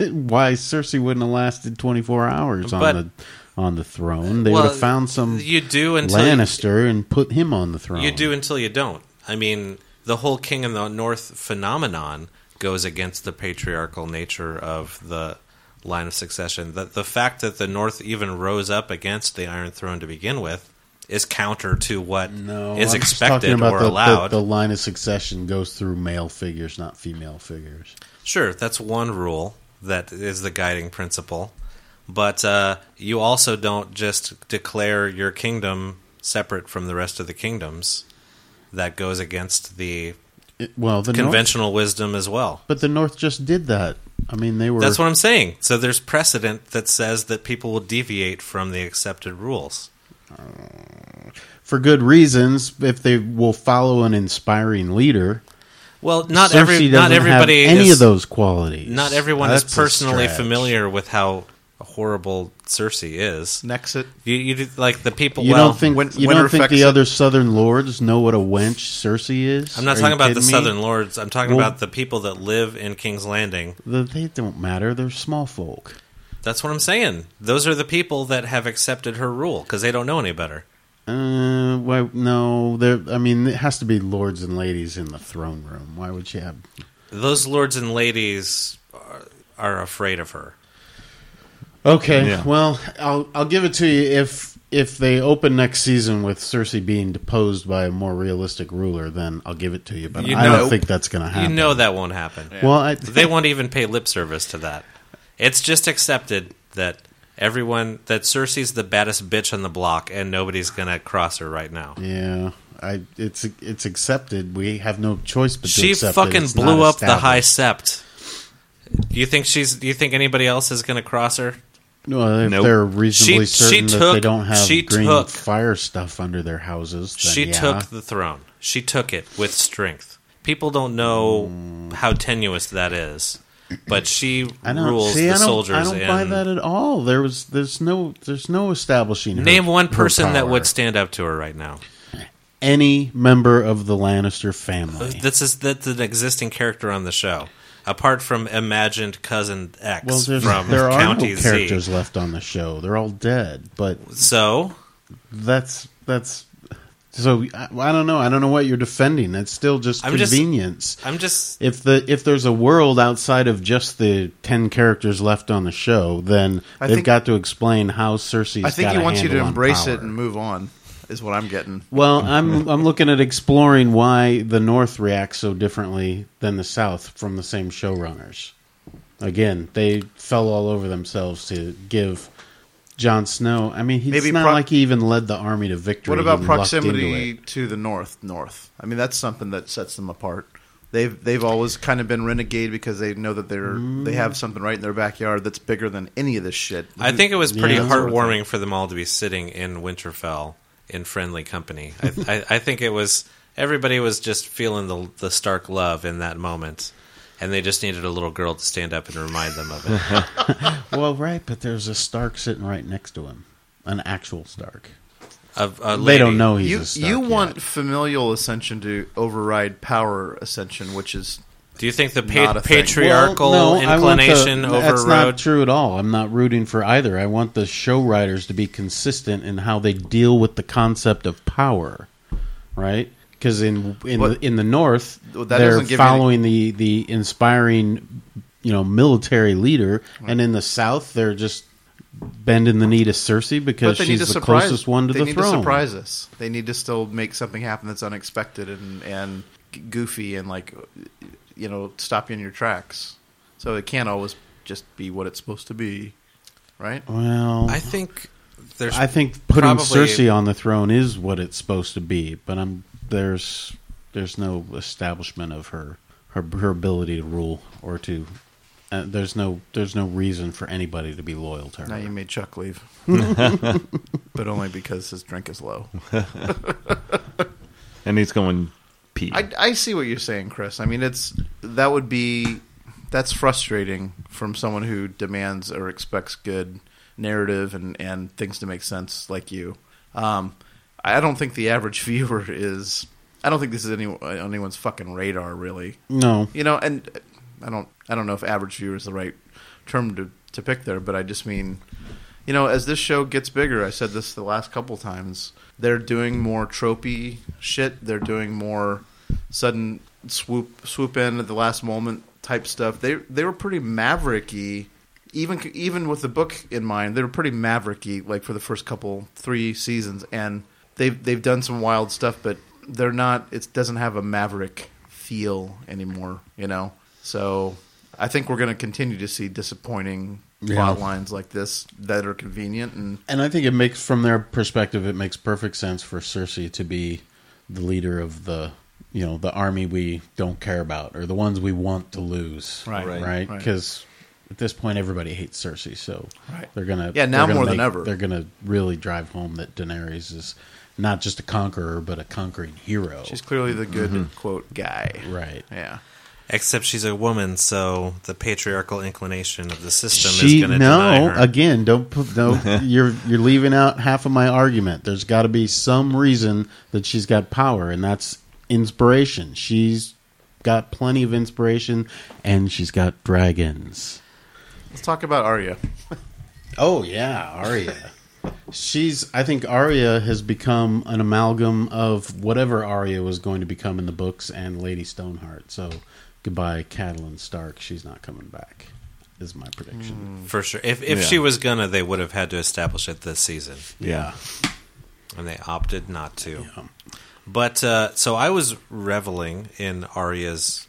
why Cersei wouldn't have lasted 24 hours on
But-
the on the throne. They would
Well,
have found some
you do until
Lannister and put him on the throne.
You do until you don't. I mean, the whole king in the north phenomenon goes against the patriarchal nature of the line of succession. The, the fact that the north even rose up against the Iron Throne to begin with is counter to what is
No, I'm just
expected
talking about
or
the, the-
allowed.
The, line of succession goes through male figures, not female figures.
Sure, that's one rule that is the guiding principle. But uh, you also don't just declare your kingdom separate from the rest of the kingdoms. That goes against the
It- well, the North,
conventional wisdom as well.
but the North just did that. I mean, they were.
That's what I'm saying. So there's precedent that says that people will deviate from the accepted rules.
for good reasons if they will follow an inspiring leader.
Well, not
Cersei
every not
doesn't have
everybody
any
is,
of those qualities.
Not everyone is
That's a
personally
stretch.
familiar with how horrible Cersei is.
next it.
You, you do- like the people.
You
well,
don't think
Win-
you
Winter
don't think
affects
the
it.
other Southern lords know what a wench Cersei is?
I'm not
Are
talking
you
about the
kidding me?
Southern lords. I'm talking
Well-
about the people that live in King's Landing.
The- They don't matter. They're small folk.
That's what I'm saying. Those are the people that have accepted her rule because they don't know any better.
Uh, why? No, there. I mean, it has to be lords and ladies in the throne room. Why would you have?
Those lords and ladies are, are afraid of her.
Okay,
Yeah.
well, I'll I'll give it to you if if they open next season with Cersei being deposed by a more realistic ruler, then I'll give it to you. But
You
I
know-
don't think that's going to
You
happen.
know that won't happen.
well,
[LAUGHS]
I,
they won't even pay lip service to that. It's just accepted that everyone that Cersei's the baddest bitch on the block, and nobody's gonna cross her right now.
yeah, I it's it's accepted. We have no choice but to
She
accept it.
fucking
It's
blew
not
up the high
established.
sept. Do you think she's? Do you think anybody else is gonna cross her?
No, if
Nope.
they're reasonably
She- she
certain that they
took-
don't have
she
green
took-
fire stuff under their houses, then
She
yeah.
took the throne. She took it with strength. People don't know how tenuous that is, but she
Mm. I don't
rules
see.
the
I don't,
soldiers.
I don't buy
in-
that at all. There was there's no there's no establishing. her-
Name one
her
person that
power.
would stand up to her right now.
any member of the Lannister family.
This is that's an existing character on the show, apart from imagined cousin X
Well, there's,
from
there are
County
no characters
Z.
left on the show. They're all dead. But
So
That's that's so I, I don't know. I don't know what you're defending. It's still just
I'm just-
convenience.
I'm just
if the if there's a world outside of just the 10 characters left on the show, then
I
they've
think-
got to explain how Cersei's
I think
got
he
a
wants you to
handle on
embrace
power.
it and move on. Is what I'm getting.
Well, I'm I'm looking at exploring why the North reacts so differently than the South from the same showrunners. Again, they fell all over themselves to give Jon Snow. I mean, he's
Maybe
not
pro-
like he even led the army to victory.
What about
He lucked into
proximity
it.
to the north? North. I mean, that's something that sets them apart. They've they've always kind of been renegade because they know that they're
Mm.
they have something right in their backyard that's bigger than any of this shit.
I think it was pretty
Yeah.
heartwarming for them all to be sitting in Winterfell in friendly company. I, I, I think it was everybody was just feeling the the Stark love in that moment, and they just needed a little girl to stand up and remind them
[LAUGHS]
of it.
Well, right, but there's a Stark sitting right next to him, an actual Stark.
Of a
They
lady.
don't know he's
you
a Stark.
you
yet.
want familial ascension to override power ascension, which is
Do you think the
Not
pa-
a thing.
patriarchal
Well, no, I want the-
inclination
That's not
overrode?
true at all. I'm not rooting for either. I want the show writers to be consistent in how they deal with the concept of power, right? Because in in
But-
the, in the North,
Well, that
they're
doesn't give you
following the the inspiring, you know, military leader, and in the South, they're just bending the knee to Cersei
but
because
they need
she's
to
the
surprise.
closest one to
they
the
need
throne.
to surprise us. They need to still make something happen that's unexpected and and g- goofy and like you know stop you in your tracks. So it can't always just be what it's supposed to be, right?
Well,
I think there's.
I think putting
probably-
Cersei on the throne is what it's supposed to be, but I'm there's there's no establishment of her her, her ability to rule or to uh, there's no there's no reason for anybody to be loyal to her.
Now you made Chuck [LAUGHS] leave, but only because his drink is low.
and he's going pee.
I, I see what you're saying, Chris. I mean, it's that would be that's frustrating from someone who demands or expects good narrative and and things to make sense, like you. Um, I don't think the average [LAUGHS] viewer is. I don't think this is any on anyone's fucking radar, really.
no,
You know, and uh, I don't I don't know if average viewer is the right term to to pick there, but I just mean, you know, as this show gets bigger, I said this the last couple times, they're doing more tropey shit. They're doing more sudden swoop swoop in at the last moment type stuff. They they were pretty mavericky. Even even with the book in mind, they were pretty mavericky. Like for the first couple three seasons, and they've they've done some wild stuff, but they're not. It doesn't have a maverick feel anymore, you know. So I think we're going to continue to see disappointing
Yeah.
plot lines like this that are convenient and
and I think it makes from their perspective it makes perfect sense for Cersei to be the leader of the you know the army we don't care about or the ones we want to lose,
Right. Right.
Right,
Right.
because. At this point, everybody hates Cersei, so
Right.
they're gonna
Yeah, now
they're gonna
more than
make-
ever.
They're gonna really drive home that Daenerys is not just a conqueror, but a conquering hero.
she's clearly the good quote guy.
right.
Yeah.
Except she's a woman, so the patriarchal inclination of the system
She
is going to deny
no
her.
again. Don't put no.
[LAUGHS]
you're you're leaving out half of my argument. There's got to be some reason that she's got power, and that's inspiration. She's got plenty of inspiration, and she's got dragons.
Let's talk about Arya.
Oh yeah, Arya. She's. I think Arya has become an amalgam of whatever Arya was going to become in the books and Lady Stoneheart. So goodbye, Catelyn Stark. She's not coming back. Is my prediction.
for sure. If if
Yeah.
she was gonna, they would have had to establish it this season,
yeah.
and they opted not to. But uh, so I was reveling in Arya's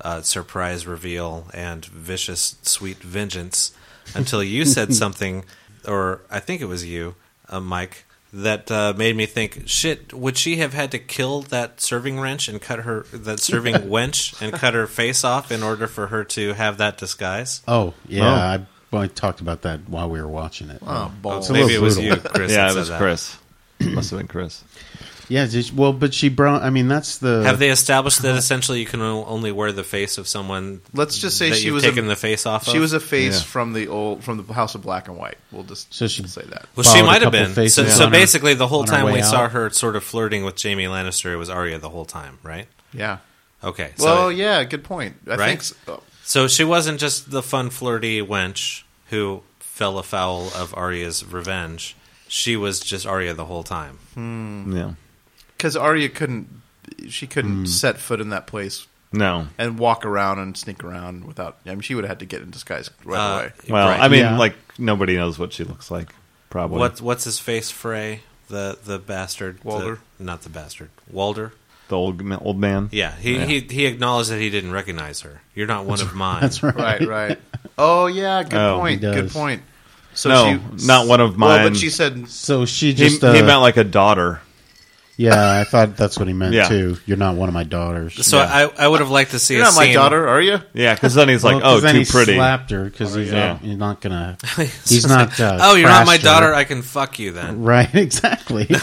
uh, surprise reveal and vicious sweet vengeance until you said something, or I think it was you, uh, Mike, that uh, made me think. Shit, would she have had to kill that serving wrench and cut her that serving wench and cut her face off in order for her to have that disguise?
Oh yeah,
Oh.
I, well, I talked about that while we were watching it.
Oh, balls.
a
Maybe it
little
was you,
brutal.
Chris. that
[LAUGHS] Yeah, it
said
was
that.
Chris.
[CLEARS THROAT]
Must have been Chris.
Yeah, just, well, but she brought. I mean, that's the.
Have they established that essentially you can o- only wear the face of someone?
Let's just say
that
she
you've
was
taken
a,
the face off.
she
of?
was a face
Yeah.
from the old from the House of Black and White. We'll just
So she-
say that.
well, she
borrowed a
might have
couple
been. So,
faces
so
on her-
basically, the whole
on her
time
way
we
out.
saw her sort of flirting with Jamie Lannister, it was Arya the whole time, right?
Yeah.
Okay. So,
Well, yeah, good point. I
Right?
think uh, so.
so she wasn't just the fun flirty wench who fell afoul of Arya's revenge. she was just Arya the whole time. Hmm.
Yeah.
because Arya couldn't, she couldn't set foot in that place
No.
and walk around and sneak around without. I mean, she would have had to get in disguise right
Uh, [LAUGHS]
away.
Well,
Right.
I mean,
Yeah.
like nobody knows what she looks like. Probably.
What what's his face? Frey, the the bastard. the-
Walder.
not the bastard. Walder.
The old ma- old man.
Yeah, he
Yeah.
he he acknowledged that he didn't recognize her. You're not one of mine.
[LAUGHS] That's right.
Right, right. Oh yeah, good
Oh, he
point. Good
does.
point. So
No, not one of
Well,
mine.
but she said
So she
He,
just. uh,
he meant like a daughter.
yeah, I thought that's what he meant
Yeah.
too. You're not one of my daughters.
So I I would have liked to see
You're
a
not my
scene-
daughter, are you?
Yeah, because then he's like,
Well, 'cause
oh,
then
too
he
pretty.
slapped her because
Oh,
he's,
yeah.
not, he's
[LAUGHS]
not gonna.
It's
He's
just
not. Uh,
oh, you're not my
crashed her.
daughter. I can fuck you then.
Right, exactly. [LAUGHS]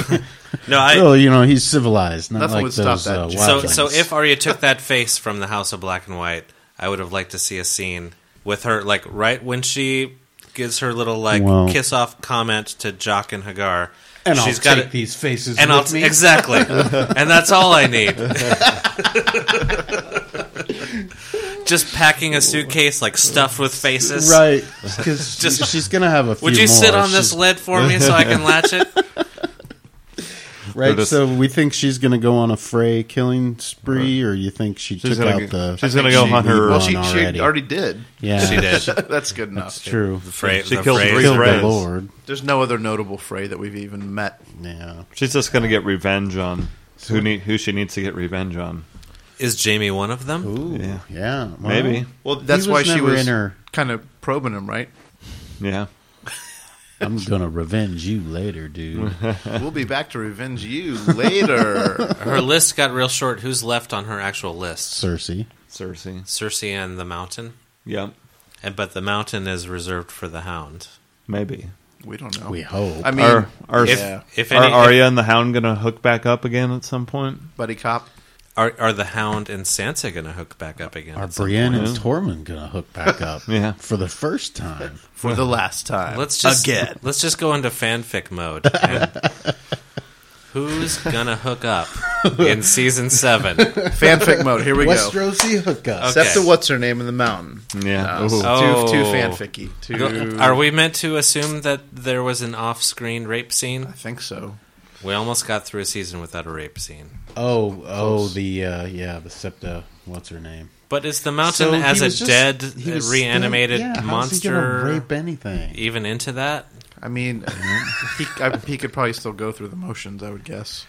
No, I.
well, you know, he's civilized, not
Nothing
like
would
those
stop that.
uh,
so
wildlings.
so if Arya took that face from the House of Black and White, I would have liked to see a scene with her like right when she gives her little like
Well-
kiss off comment to Jock and Hagar.
and
she's
I'll
got
take
it-
these faces
and
with
I'll
me. [LAUGHS]
exactly, and that's all I need. Just packing a suitcase like stuffed with faces.
right?
[LAUGHS]
Because
Just-
she's gonna have a. Few
Would you sit
more.
on this
She's-
lid for me so I can latch
[LAUGHS]
it?
Right,
Just-
so we think she's going to go on a fray killing spree, or you think she
She's
took
gonna
out
go-
the?
she's gonna go
she
hunt her-
moved
Well,
on
she,
already.
she already did.
yeah,
She did. The
[LAUGHS] That's good enough.
[LAUGHS] That's true.
fra-
She
the
killed
phrase-
three
Killed
Frays.
the Lord.
There's no other notable Frey that we've even met.
Yeah,
She's just gonna get revenge on who need, who she needs to get revenge on.
Is Jamie one of them?
Ooh,
Yeah.
yeah, well,
Maybe.
Well, that's
was
why she
never
was
in her-
kind of probing him, right?
Yeah.
I'm gonna revenge you later, dude.
we'll be back to revenge you later.
Her list got real short. Who's left on her actual list?
Cersei.
Cersei.
Cersei and the Mountain,
Yep.
and but the Mountain is reserved for the Hound.
Maybe.
we don't know.
We hope.
I mean,
Are are,
If
Yeah.
if
are
any,
Arya and the Hound gonna hook back up again at some point?
buddy cop.
are are the Hound and Sansa going to hook back up again?
Are
at some
Brienne and
point.
Tormund gonna hook back up?
Yeah.
for the first time.
for the last time.
Let's just [LAUGHS]
again.
let's just go into fanfic mode. And who's gonna hook up in season seven?
fanfic mode. Here we go.
Westerosi hookup.
Okay.
Except the what's her name in the mountain.
Yeah.
Uh,
Ooh.
too,
Oh.
too fanficky. Too.
Are we meant to assume that there was an off-screen rape
I
scene?
think so.
We almost got through a season without a rape scine.
Oh, oh, the uh, yeah, the Septa. What's her name?
But is the mountain
So he
as a
was just-
dead,
he
uh,
was
reanimated
still- yeah, how's he gonna
monster
rape anything?
even into that?
I mean, [LAUGHS] he, I, he could probably still go through the motions. I would guess,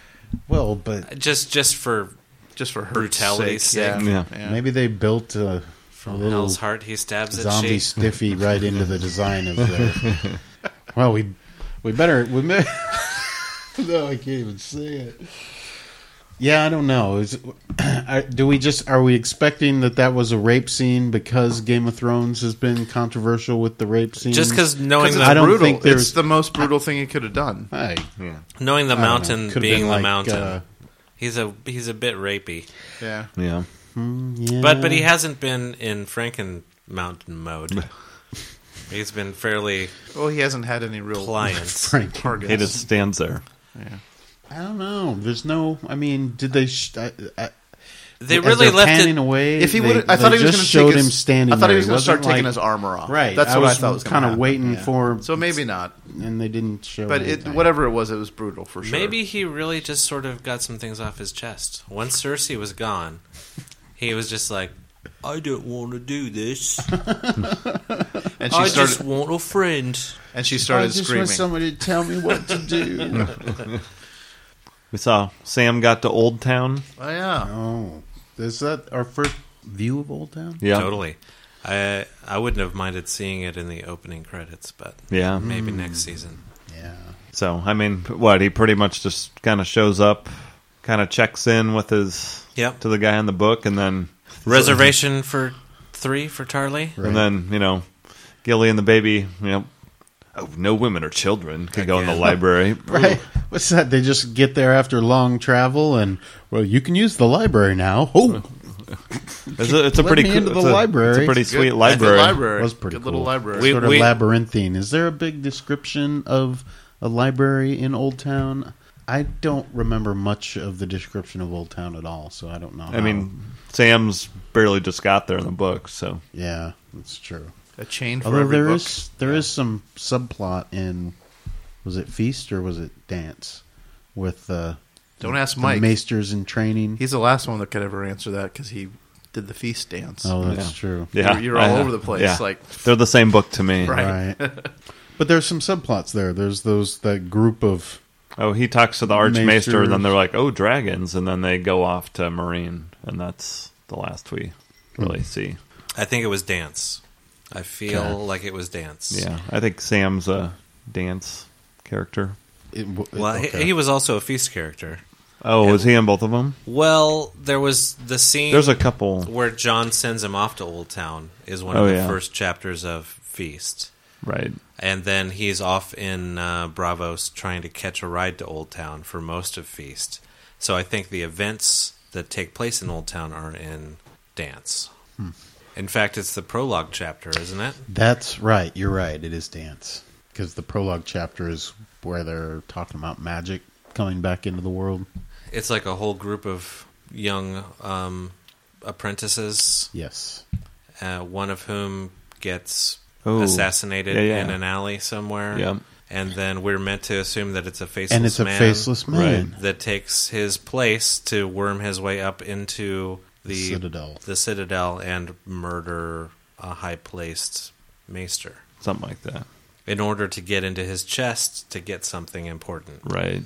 Well, but
Just just for
just for her
Brutality's
sake.
sake.
Yeah.
Yeah.
yeah.
maybe they built uh, a, a little
Hell's Heart, he stabs at
zombie
she. [LAUGHS]
stiffy right into the design of their. [LAUGHS] well, we we better we. [LAUGHS] may no, I can't even say it. Yeah, I don't know. Is [CLEARS THROAT] are- do we just are we expecting that that was a rape scene because Game of Thrones has been controversial with the rape scene?
Just because knowing
'Cause
the
it's
I don't
brutal.
think
it's
there's-
the most brutal thing he could have done.
I,
Yeah.
knowing the
I don't know.
mountain
Could've
being
been
the
like,
mountain,
uh,
he's a he's a bit rapey.
Yeah.
Yeah.
yeah.
But but he hasn't been in Franken Mountain mode.
[LAUGHS]
He's been fairly
Well, he hasn't had any real
pliant.
[LAUGHS]
Frank.
targets.
He just stands there.
I don't know. There's no. I mean, did they? Sh- I, I,
They
as
really
they're
left
panning
it.
away.
if he
they-
would, I
they
thought he was
just
going to
showed
take his,
him standing.
I thought
there.
he was going to start
wasn't
taking
like-
his armor off.
Right.
That's
I
what
was
I thought was
kind of waiting
for.
for.
So maybe not.
and they didn't show.
But it,
anything.
whatever it was, it was brutal for sure.
Maybe he really just sort of got some things off his chest. Once Cersei was gone, he was just like, "I don't want to do this.
and she
I
started
just want a friend."
and she started screaming.
somebody to tell me what
[LAUGHS]
to do.
We saw Sam got to Old Town.
oh yeah,
oh, is that our first view of Old Town?
Yeah.
Totally. I I wouldn't have minded seeing it in the opening credits, but
Yeah. Hmm.
maybe next season.
Yeah.
So I mean, what he pretty much just kind of shows up, kind of checks in with his
Yep.
to the guy in the book, and then
Reservation for three for Tarly.
Right.
and then you know, Gilly and the baby, you know, oh, no women or children could go in the
Again.
library.
[LAUGHS] Right. What's that? They just get there after long travel, and well, you can use the library now. Oh,
It's a, it's a
Let
pretty
me
cool,
into the
it's a- It's
library.
a pretty
Good-
sweet
good
library.
library.
That was pretty
good little
cool.
library.
We-
sort of
we-
labyrinthine. Is there a big description of a library in Old Town? I don't remember much of the description of Old Town at all, so I don't know.
I mean, Sam's barely just got there in the book, so
yeah, that's true.
a chain for
Although
every
there
book.
is there is some subplot in was it feast or was it dance with uh,
Don't ask
the
Mike.
maesters in training?
He's the last one that could ever answer that because he did the feast dance.
oh, that's
Yeah.
true.
You're- you're all
I know.
over the place, like-
they're the same book to me.
Right.
Right. but there's some subplots there. There's those that group of
Oh, he talks to the archmaester,
Maesters.
and then they're like, "Oh, dragons," and then they go off to marine, and that's the last we
Hmm.
really see.
I think it was dance. I feel like it was dance.
Yeah, I think Sam's a dance character.
it, w-
Well, he-
okay.
he, was also a feast character.
Oh, was he in both of them?
Well, there was the scene
There's a couple,
where John sends him off to Old Town is one of
Oh,
the
yeah.
first chapters of Feast.
right?
And then he's off in uh, Bravos trying to catch a ride to Old Town for most of Feast. So I think the events that take place in Old Town are in Dance.
Hmm.
In fact, it's the prologue chapter, isn't it?
That's right. You're right. It is dance because the prologue chapter is where they're talking about magic coming back into the world.
It's like a whole group of young um, apprentices,
Yes.
uh, one of whom gets
Oh.
assassinated
Yeah, yeah.
in an alley somewhere.
Yep.
And then we're meant to assume that it's a faceless
and it's a
man.
faceless man.
that takes his place to worm his way up into the
Citadel.
the citadel and murder a high placed maester
Something like that,
in order to get into his chest to get something important
right?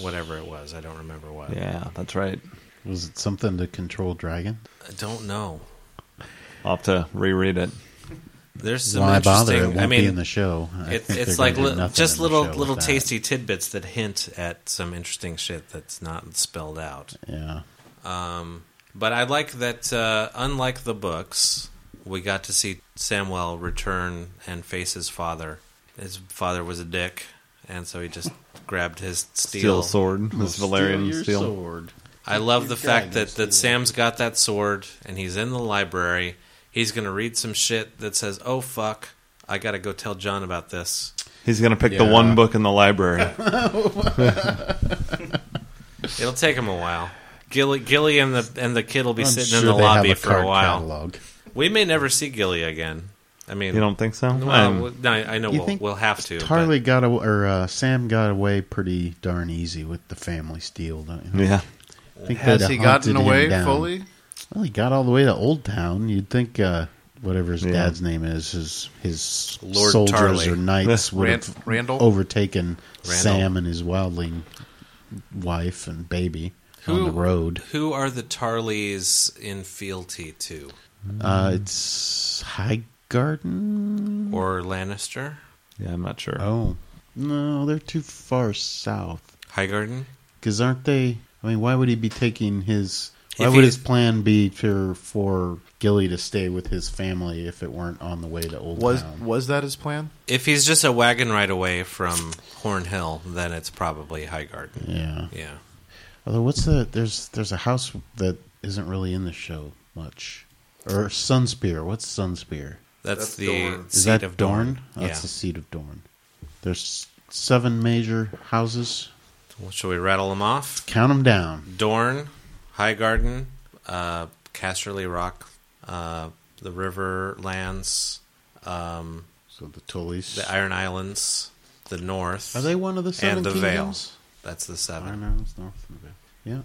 whatever it was i don't remember what
Yeah, that's right.
Was it something to control dragon?
i don't know
I'll have to reread it.
there's some
Why bother?
interesting
It won't
i mean
be in the show. I
it's
think
it's
they're
like
gonna do
li-
nothing
just
in the
little
show with
little
that.
tasty tidbits that hint at some interesting shit that's not spelled out Um,
Yeah.
But I like that, uh, unlike the books, we got to see Samwell return and face his father. His father was a dick, and so he just [LAUGHS] grabbed his steel.
Steel sword, this Valerian
your
steel.
sword.
I love the
Your
fact that,
dragon's
that Sam's got that sword, and he's in the library. He's going to read some shit that says, oh, fuck, I got to go tell John about this.
He's gonna pick the
Yeah.
one book in
[LAUGHS]
the library.
It'll take him a while. Gilly, Gilly and the and the kid will be
I'm
sitting
sure
in the
they have
lobby for
card
a while.
Catalog.
We may never see Gilly again. I mean,
you don't think so? Um, I'm-
well, we- no, I I know
You
we'll,
think
we'll have to. but-
Tarly got aw or uh, Sam got away pretty darn easy with the family steal, don't you?
yeah.
I think
Has
they'd
he
have
gotten
hunted him
away
down.
fully?
Well, he got all the way to Old Town. You'd think uh, whatever his
Yeah.
dad's name is, his his
Lord
soldiers
Tarly. [LAUGHS]
or knights would
Rand-
have
Randall?
overtaken
Randall.
Sam and his wildling wife and baby on the road.
Who are the Tarleys in fealty to?
Uh, it's Highgarden.
Or Lannister?
Yeah, I'm not sure.
Oh no, they're too far south.
Highgarden?
Because aren't they? I mean, why would he be taking his? Why
If
would
he-
his plan be for for Gilly to stay with his family if it weren't on the way to Old
Was
Town?
was that his plan?
If he's just a wagon ride away from Horn Hill, then it's probably Highgarden.
yeah.
Yeah.
Although, what's the there's there's a house that isn't really in the show much, or Sunspear. What's Sunspear?
That's
That's, the
Dorne.
Is
seat
that
of
Dorne?
Dorne.
That's the
yeah.
seat of Dorne. There's seven major houses.
Well, Shall we rattle them off?
Count them down.
Dorne, Highgarden, uh, Casterly Rock, uh, the Riverlands, um,
So the Tullys.
the Iron Islands, the North.
Are they one of the
and
seven
the
kingdoms?
Vale. That's the seven.
Iron Islands, North and the Vale.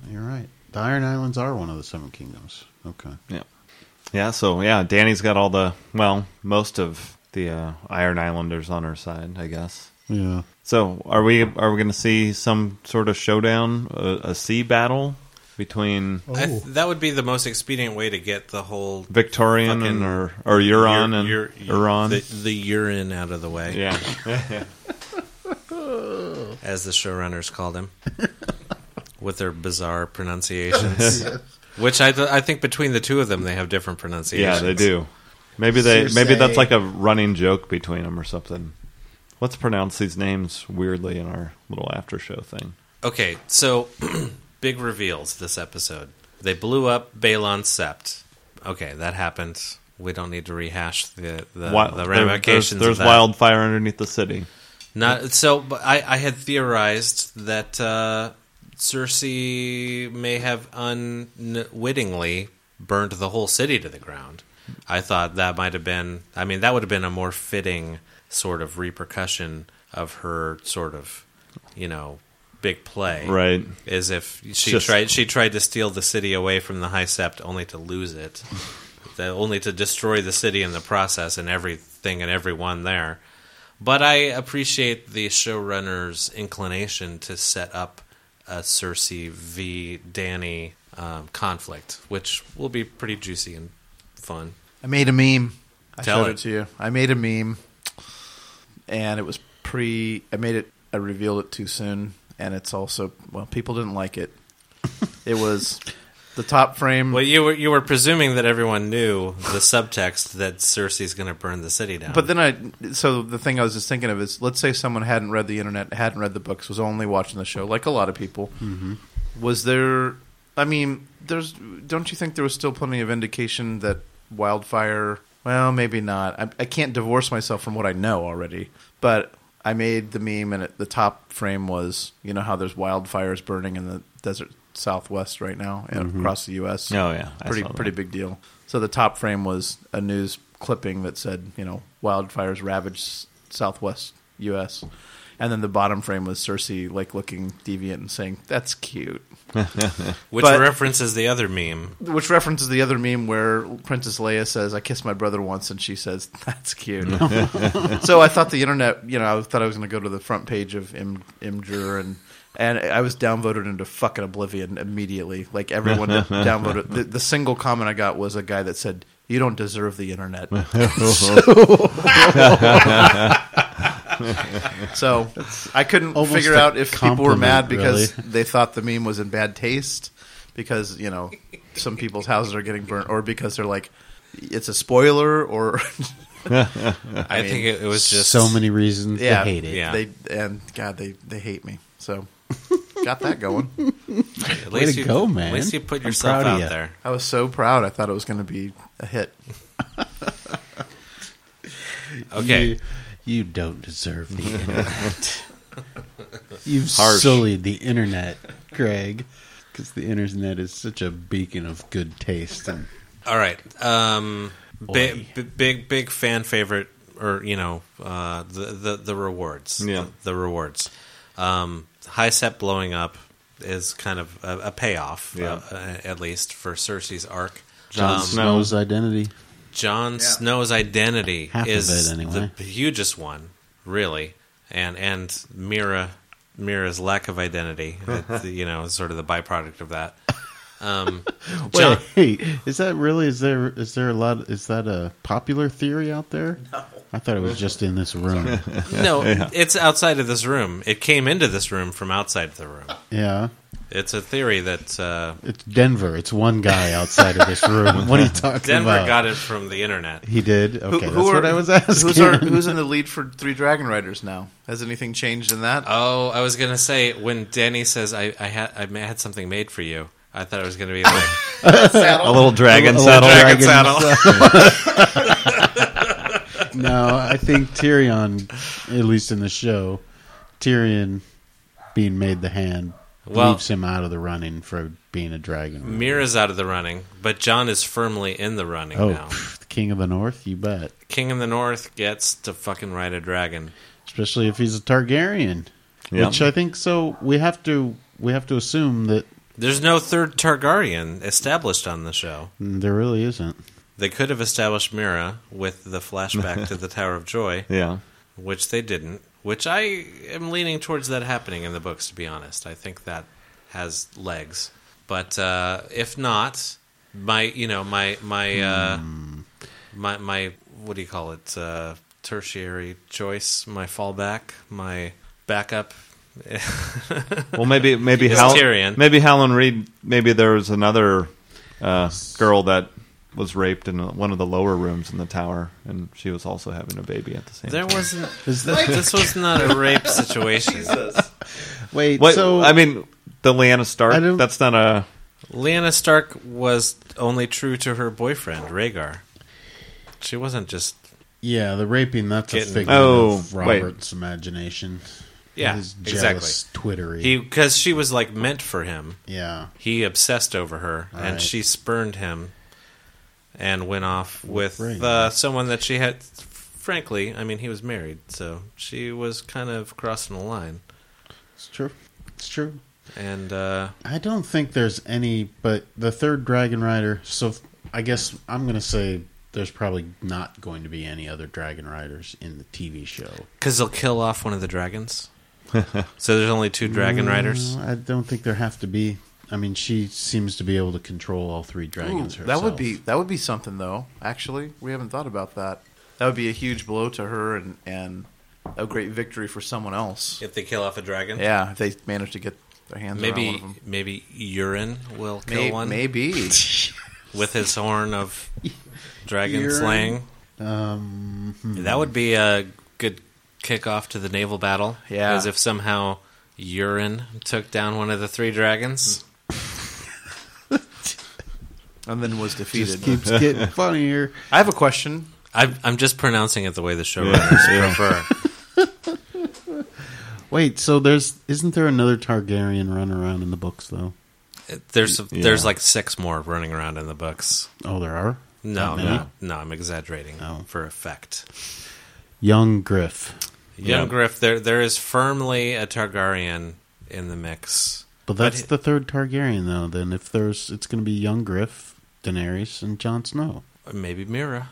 Yeah, you're right. The Iron Islands are one of the seven kingdoms. Okay.
Yeah. Yeah, so yeah, Danny's got all the well, most of the uh, Iron Islanders on her side, I guess.
Yeah.
So, are we are we going to see some sort of showdown, a, a sea battle between
I th-
Oh.
that would be the most expedient way to get the whole
Victorian
Fucking
and or or Euron and
ur- ur-
Euron?
the, the urine out of the way,
yeah,
[LAUGHS]
[LAUGHS]
as the showrunners called him, [LAUGHS] with their bizarre
[LAUGHS]
pronunciations. Which I, th- I think between the two of them, they have different pronunciations.
yeah, they do. Maybe they maybe
Cersei.
that's like a running joke between them or something. Let's pronounce these names weirdly in our little after show thing.
Okay, so [CLEARS THROAT] big reveals this episode. They blew up Balon Sept. Okay, that happened. We don't need to rehash the the,
Wi-
the
there-
ramifications.
there's
of
there's
that.
wildfire underneath the city.
Not so. But I, I had theorized that uh, Cersei may have unwittingly burned the whole city to the ground. I thought that might have been. I mean, that would have been a more fitting sort of repercussion of her sort of, you know, big play.
Right.
Is if she
just-
tried she tried to steal the city away from the High Sept only to lose it, that- only to destroy the city in the process and everything and everyone there. But I appreciate the showrunner's inclination to set up a Cersei v. Danny um, conflict, which will be pretty juicy and fun.
I made a meme. I
Tell
showed it.
it.
to you. I made a meme, and it was pre. I made it. I revealed it too soon, and it's also well, people didn't like it. It was the top
[LAUGHS]
frame.
Well, you were you were presuming that everyone knew the subtext that Cersei's going to burn the city down.
But then I, so the thing I was just thinking of is, let's say someone hadn't read the internet, hadn't read the books, was only watching the show, like a lot of people. Was there? I mean, there's. Don't you think there was still plenty of indication that wildfire? Well, maybe not. I, I can't divorce myself from what I know already. But I made the meme, and it, the top frame was, you know, how there's wildfires burning in the desert Southwest right now and across the U.S
Oh yeah, I
pretty
saw that.
pretty big deal. So the top frame was a news clipping that said, you know, wildfires ravage s- Southwest U.S., and then the bottom frame was Cersei like looking deviant and saying, "That's cute,"
Which
But-
references the other meme.
which references the other meme where Princess Leia says, "I kissed my brother once," and she says, "That's cute." [LAUGHS] so I thought the internet, you know, I thought I was going to go to the front page of Im- Imgur and. And I was downvoted into fucking oblivion immediately. Like everyone that downvoted. The, the single comment I got was a guy that said, "You don't deserve the internet." [LAUGHS] so I couldn't
Almost
figure
a
out if people were mad
compliment,
because they thought the meme was in bad taste because you know some people's houses are getting burnt, or because they're like it's a spoiler, or [LAUGHS]
I,
mean,
think it, it was just
so many reasons
yeah,
to hate it.
Yeah.
They and God, they they hate me. So got that [LAUGHS] going.
At
Way to
you,
go, man.
At least you put
I'm
yourself
proud of
out
ya.
there.
I was so proud. I thought it was going to be a hit.
Okay.
You, you don't deserve the internet. You've
Harsh.
sullied the internet, Greg, because the internet is such a beacon of good taste. And
All right. Um,
Boy.
big, big, big, big fan favorite, or you know, uh, the, the the rewards.
Yeah.
The, the rewards. Um, high set blowing up is kind of a, a payoff,
Yeah.
uh, at least for Cersei's arc.
Jon
Um,
Snow's identity.
Jon Snow's identity
Half of
is
it, anyway.
the hugest one, really, and and Mira Mira's lack of [LAUGHS] identity, it's, you know, is sort of the byproduct of that.
[LAUGHS]
Um, Jon-
Wait, is that really? Is there? Is there a lot? Is that a popular theory out there? No. I thought it was just in this room. [LAUGHS]
no, it's outside of this room. It came into this room from outside the room.
yeah.
It's a theory that uh,
It's Denver. It's one guy outside of this room. What are you talking
Denver
about?
got it from the internet.
He did. Okay, that's
are-
what I was asking.
Who's, our, who's in the lead for Three Dragon Riders now? Has anything changed in
[LAUGHS]
that?
Oh, I was gonna say when Danny says I I had I ma- had something made for you. I thought it was
[LAUGHS]
gonna be like [LAUGHS]
A little dragon
A little
saddle.
dragon.
Dragon Saddle.
[LAUGHS] no, I think Tyrion, at least in the show, Tyrion being made the hand
Well-
leaves him out of the running for being a dragon.
Mira's out of the running, but John is firmly in the running
Oh,
now.
pff, the king of the north, you bet.
King in the North gets to fucking ride a dragon.
Especially if he's a Targaryen,
Yeah.
which I think so. We have to we have to assume that
There's no third Targaryen established on the show.
there really isn't.
They could have established Mira with the flashback to the Tower of Joy,
[LAUGHS] Yeah.
which they didn't. Which I am leaning towards that happening in the books, to be honest. I think that has legs. But uh, if not, my you know my my uh,
Hmm.
my my what do you call it? Uh, tertiary choice, my fallback, my backup [LAUGHS]
Well, maybe maybe
It's
Hal-
Tyrion.
maybe Helen Reed. Maybe there was another uh, girl that was raped in one of the lower rooms in the tower, and she was also having a baby at the same.
There
time.
wasn't.
[LAUGHS] Is that-
this was not a rape
[LAUGHS]
situation.
Wait,
What,
so
I mean, the Lyanna Stark.
I don't-
that's not a.
Lyanna Stark was only true to her boyfriend Rhaegar. She wasn't just
yeah, the raping that's
Getting-
a figment
Oh,
of
wait.
Robert's imagination.
yeah,
His
exactly.
jealous twittery.
He because she was like meant for him.
yeah,
He obsessed over her, and
right.
she spurned him, and went off with
Rhaegar.
uh, someone that she had frankly, I mean, he was married, so she was kind of crossing the line.
It's true. It's true.
And uh,
I don't think there's any, but the third Dragon Rider. So I guess I'm going to say there's probably not going to be any other Dragon Riders in the TV show.
Because they'll kill off one of
[LAUGHS]
the dragons. so there's only two dragon
Mm.
riders.
Uh, I don't think there have to be. I mean, she seems to be able to control all three dragons
Ooh, that
herself.
would be that would be something though. Actually, we haven't thought about that. That would be a huge blow to her and and a great victory for someone else.
If they kill off a dragon,
Yeah, if they manage to get their hands around one
maybe
of them.
maybe urine will kill
May- [LAUGHS]
one
Maybe.
with his
[LAUGHS]
horn of dragon
Urine.
slaying.
Um, hmm.
That would be a good kickoff to the naval battle.
Yeah.
As if somehow urine took down one of the three dragons.
and then was defeated.
just
[LAUGHS]
keeps getting funnier.
I have a question.
I, I'm just pronouncing it the way the showrunners
Yeah, yeah.
prefer.
Wait, so there's isn't there another Targaryen run around in the books though?
There's there's
Yeah.
like six more running around in the books.
Oh, there are.
No,
Not many?
no, no, I'm exaggerating
Oh.
for effect.
Young Griff,
Young
Yeah.
Griff, there there is firmly a Targaryen in the mix.
but that's
he-
the third Targaryen though. Then if there's, it's going to be Young Griff, Daenerys, and Jon Snow.
Maybe Mira.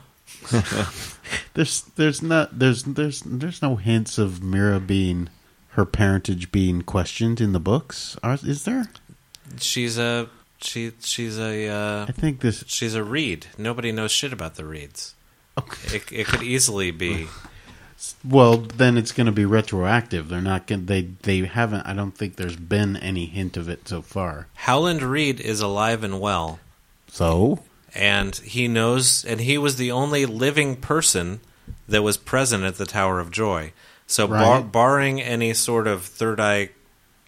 There's there's not there's there's there's no hints of Mira being her parentage being questioned in the books. Are, is there?
She's a she she's a uh,
I think this.
she's a Reed. Nobody knows shit about the Reeds.
Okay.
It, it could easily be
Well, then it's going to be retroactive. They're not going. They they haven't. I don't think there's been any hint of it so far.
Howland Reed is alive and well,
So
and he knows, and he was the only living person that was present at the Tower of Joy. So, bar-
Right.
barring any sort of third eye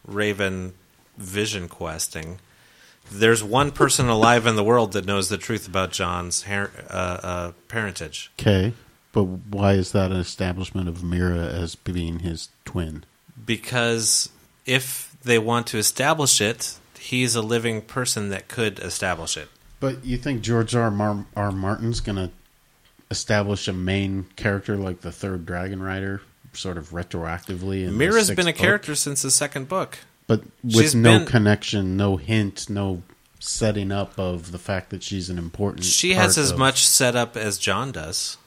raven vision questing, there's one person alive in the world that knows the truth about John's her- uh, uh, parentage.
okay, but why is that an establishment of Mira as being his twin?
Because if they want to establish it, he's a living person that could establish it.
But you think George R. Mar- R. Martin's going to establish a main character like the third Dragon Rider, sort of retroactively? In the
Mira's
sixth
been a
book?
character since the second book.
but with
She's
no
been-
connection, no hint, no setting up of the fact that she's an important.
She
Mm, part
has as
of-
much set up as John does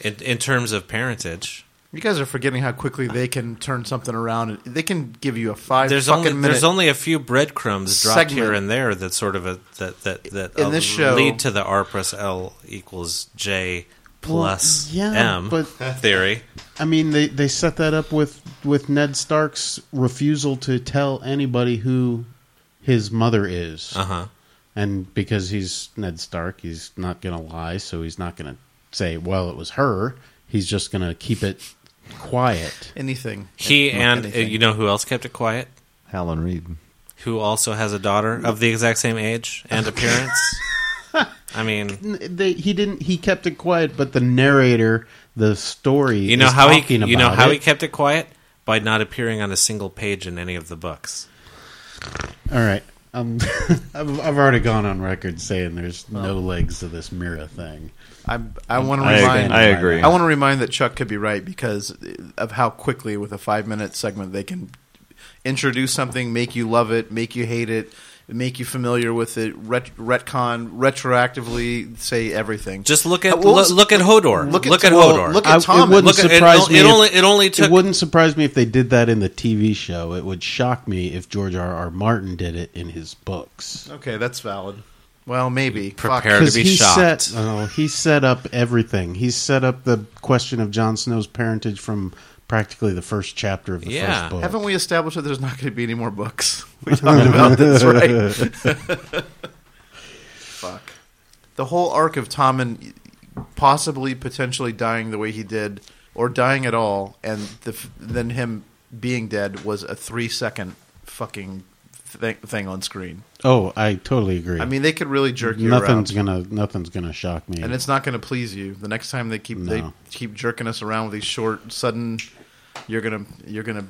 in, in terms of parentage.
You guys are forgetting how quickly they can turn something around. and They can give you a five
There's
fucking
only
minute.
there's only a few breadcrumbs dropped here
segment.
and there that sort of a that that that
In
uh,
this show-
lead to the R plus L equals J plus
Well, yeah,
M
but-
[LAUGHS] theory.
I mean, they, they set that up with with Ned Stark's refusal to tell anybody who his mother is,
Uh huh.
and because he's Ned Stark, he's not going to lie, so he's not going to say, "Well, it was her." He's just going to keep it quiet.
anything.
He
Not
and uh,
anything.
you know who else kept it quiet?
Helen Reed.
Who also has a daughter of the exact same age
[LAUGHS]
and appearance. I mean,
N- They, he didn't. He kept it quiet, but the narrator, the story,
you know
is
how he
talking
you know
about
how
it.
he kept it quiet by not appearing on a single page in any of the books.
All right. Um, [LAUGHS] I've, I've already gone on record saying there's no legs to this Mira thing.
I'm- I, want to
I,
remind.
I
I,
agree.
want to remind that Chuck could be right because of how quickly, with a five minute segment, they can introduce something, make you love it, make you hate it, make you familiar with it, ret- retcon, retroactively say everything.
Just look at
Uh, well,
look, look at Hodor. Look
look
at,
at- well,
Hodor.
look at-
I, it
Tom,
wouldn't
look at- it
surprise
o-
me.
it
if-
only- it only took-
wouldn't surprise me if they did that in the TV show. It would shock me if George R. R. Martin did it in his books.
okay, that's valid. Well, maybe Fuck.
Prepare to be
he
shocked.
set, oh, he set up everything. He set up the question of Jon Snow's parentage from practically the first chapter of the
Yeah.
first book.
Haven't we established that there's not going to be any more books? [LAUGHS]
[LAUGHS]
We talked about this, right? [LAUGHS] Fuck. The whole arc of Tommen possibly, potentially dying the way he did, or dying at all, and the, f- then him being dead was a three second fucking thi- thing on screen.
oh, I totally agree.
I mean, they could really jerk you
nothing's
around.
gonna nothing's gonna shock me.
And it's not going to please you. The next time they keep they
No.
keep jerking us around with these short, sudden, you're gonna you're gonna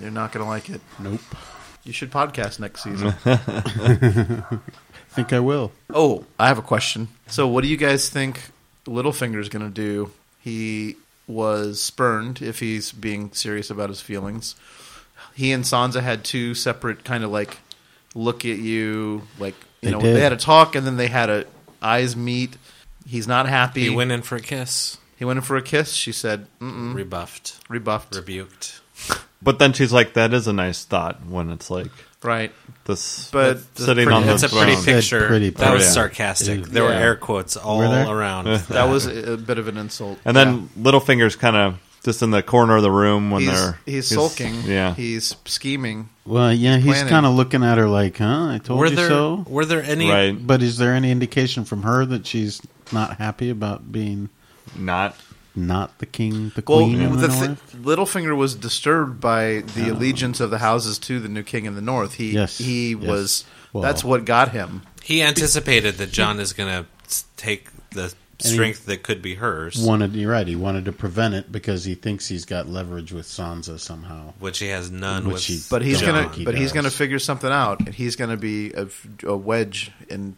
you're not gonna like it.
nope.
You should podcast next season. [LAUGHS]
I think I will.
Oh, I have a question. So, what do you guys think Littlefinger's going to do? He was spurned, if he's being serious about his feelings, he and Sansa had two separate kind of like look at you, like you
They
know
did.
they had a talk, and then they had a eyes meet. He's not happy.
He went in for a kiss,
He went in for a kiss. She said, Mm-mm,
rebuffed,
rebuffed.
rebuked.
But then she's like, "That is a nice thought." When it's like
right.
this,
But
sitting
pretty-
on the
That's a pretty
throne.
Said
picture.
pretty
that was
pretty.
sarcastic.
Yeah.
There were
Yeah.
air quotes all
Were there?
around.
That
[LAUGHS]
was a, a bit of an insult.
and then Littlefinger's kind of just in the corner of the room when
he's,
they're
he's sulking.
Yeah,
He's scheming.
Well, yeah, he's
planning.
kind of looking at her like, "Huh? I told
were
you
there
so."
were there any
right.
But is there any indication from her that she's not happy about being
Not
not the king, the
Well,
queen in the,
the thi-
north? Oh.
Littlefinger was disturbed by the allegiance of the houses to the new king in the north. He
Yes.
he
Yes.
was.
Well-
that's what got him.
He anticipated that John is going to take the
he-
strength that could be hers,
Wanted you're right. He wanted to prevent it because he thinks he's got leverage with Sansa somehow.
which he has none
Which
with.
he-
But he's
Don't
gonna.
think he
but he's
does.
gonna figure something out, and he's gonna be a, a wedge, and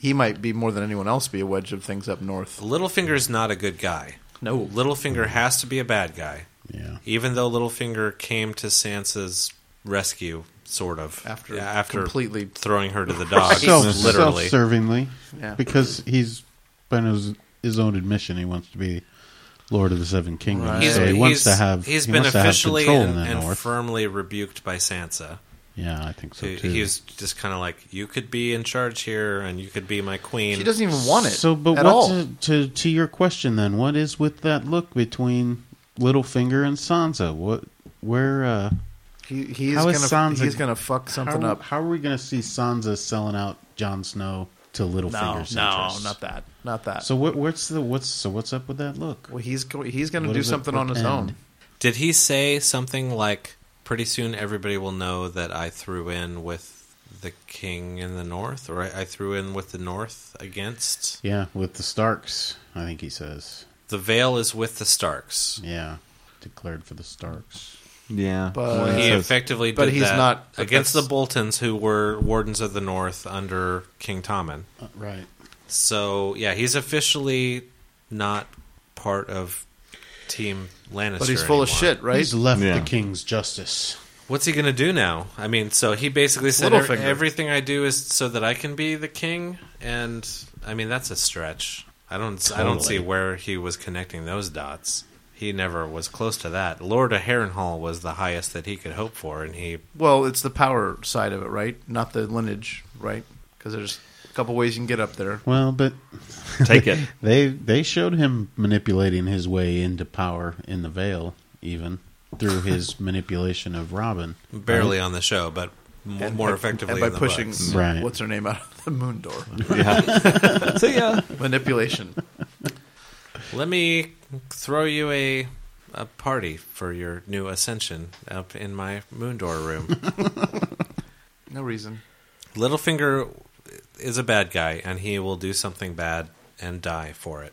he might be more than anyone else be a wedge of things up north.
Littlefinger's not a good guy.
No,
Littlefinger has to be a bad guy,
Yeah,
even though Littlefinger came to Sansa's rescue, sort of
After
Yeah, after
completely-
throwing her
[LAUGHS]
to the dogs,
Uh, self
literally.
servingly
Yeah.
because he's by his, his own admission he wants to be Lord of the Seven Kingdoms.
Right.
He's,
So he wants to
he's-
have
he's
he
been
wants to have
officially
control
and,
in the
and
north.
firmly rebuked by Sansa.
yeah, I think so
He-
too.
He's just kind of like, "You could be in charge here, and you could be my queen."
she doesn't even want it.
So, but
at
what
all.
To, to to your question then? What is with that look between Littlefinger and Sansa? What where? Uh,
He, he's
How
gonna
is Sansa-
he's gonna fuck something
how,
up.
How are we going to see Sansa selling out Jon Snow to
No,
Littlefinger's
no,
interests?
not that, not that.
So what, what's the what's so what's up with that look?
well, he's go- he's gonna
What
do
is it-
something
what
on his
end?
own.
Did he say something like, "Pretty soon, everybody will know that I threw in with the king in the north, or I, I threw in with the north against
Yeah, with the Starks, I think he says.
the veil is with the Starks."
Yeah, declared for the Starks.
yeah,
But-
Well,
He
so-
effectively,
but
did
he's
that
not- but
against the
that's-
Boltons, who were wardens of the north under King Tommen.
Uh, right.
So yeah, he's officially not part of Team Lannister.
But he's full of
anymore.
shit, right?
He's left
Yeah.
the king's justice.
What's he gonna do now? I mean, so he basically said
Littlefinger.
"Ev- everything I do is so that I can be the king, and I mean that's a stretch. I don't, I don't see
Totally.
where he was connecting those dots. He never was close to that. Lord of Harrenhal was the highest that he could hope for, and he
Well, it's the power side of it, right? Not the lineage, right? Because there's a couple ways you can get up there.
Well, but
[LAUGHS] take it.
[LAUGHS] they they showed him manipulating his way into power in the Vale, even through [LAUGHS] his manipulation of Robin.
barely on the show, but m- more
by-
effectively
and by
in the
pushing [LAUGHS]
books.
Right.
what's her name out of the moon door
So yeah,
manipulation.
Let me throw you a a party for your new ascension up in my Moondor
[LAUGHS]
room.
No reason.
[LAUGHS] Littlefinger is a bad guy, and he will do something bad and die for it.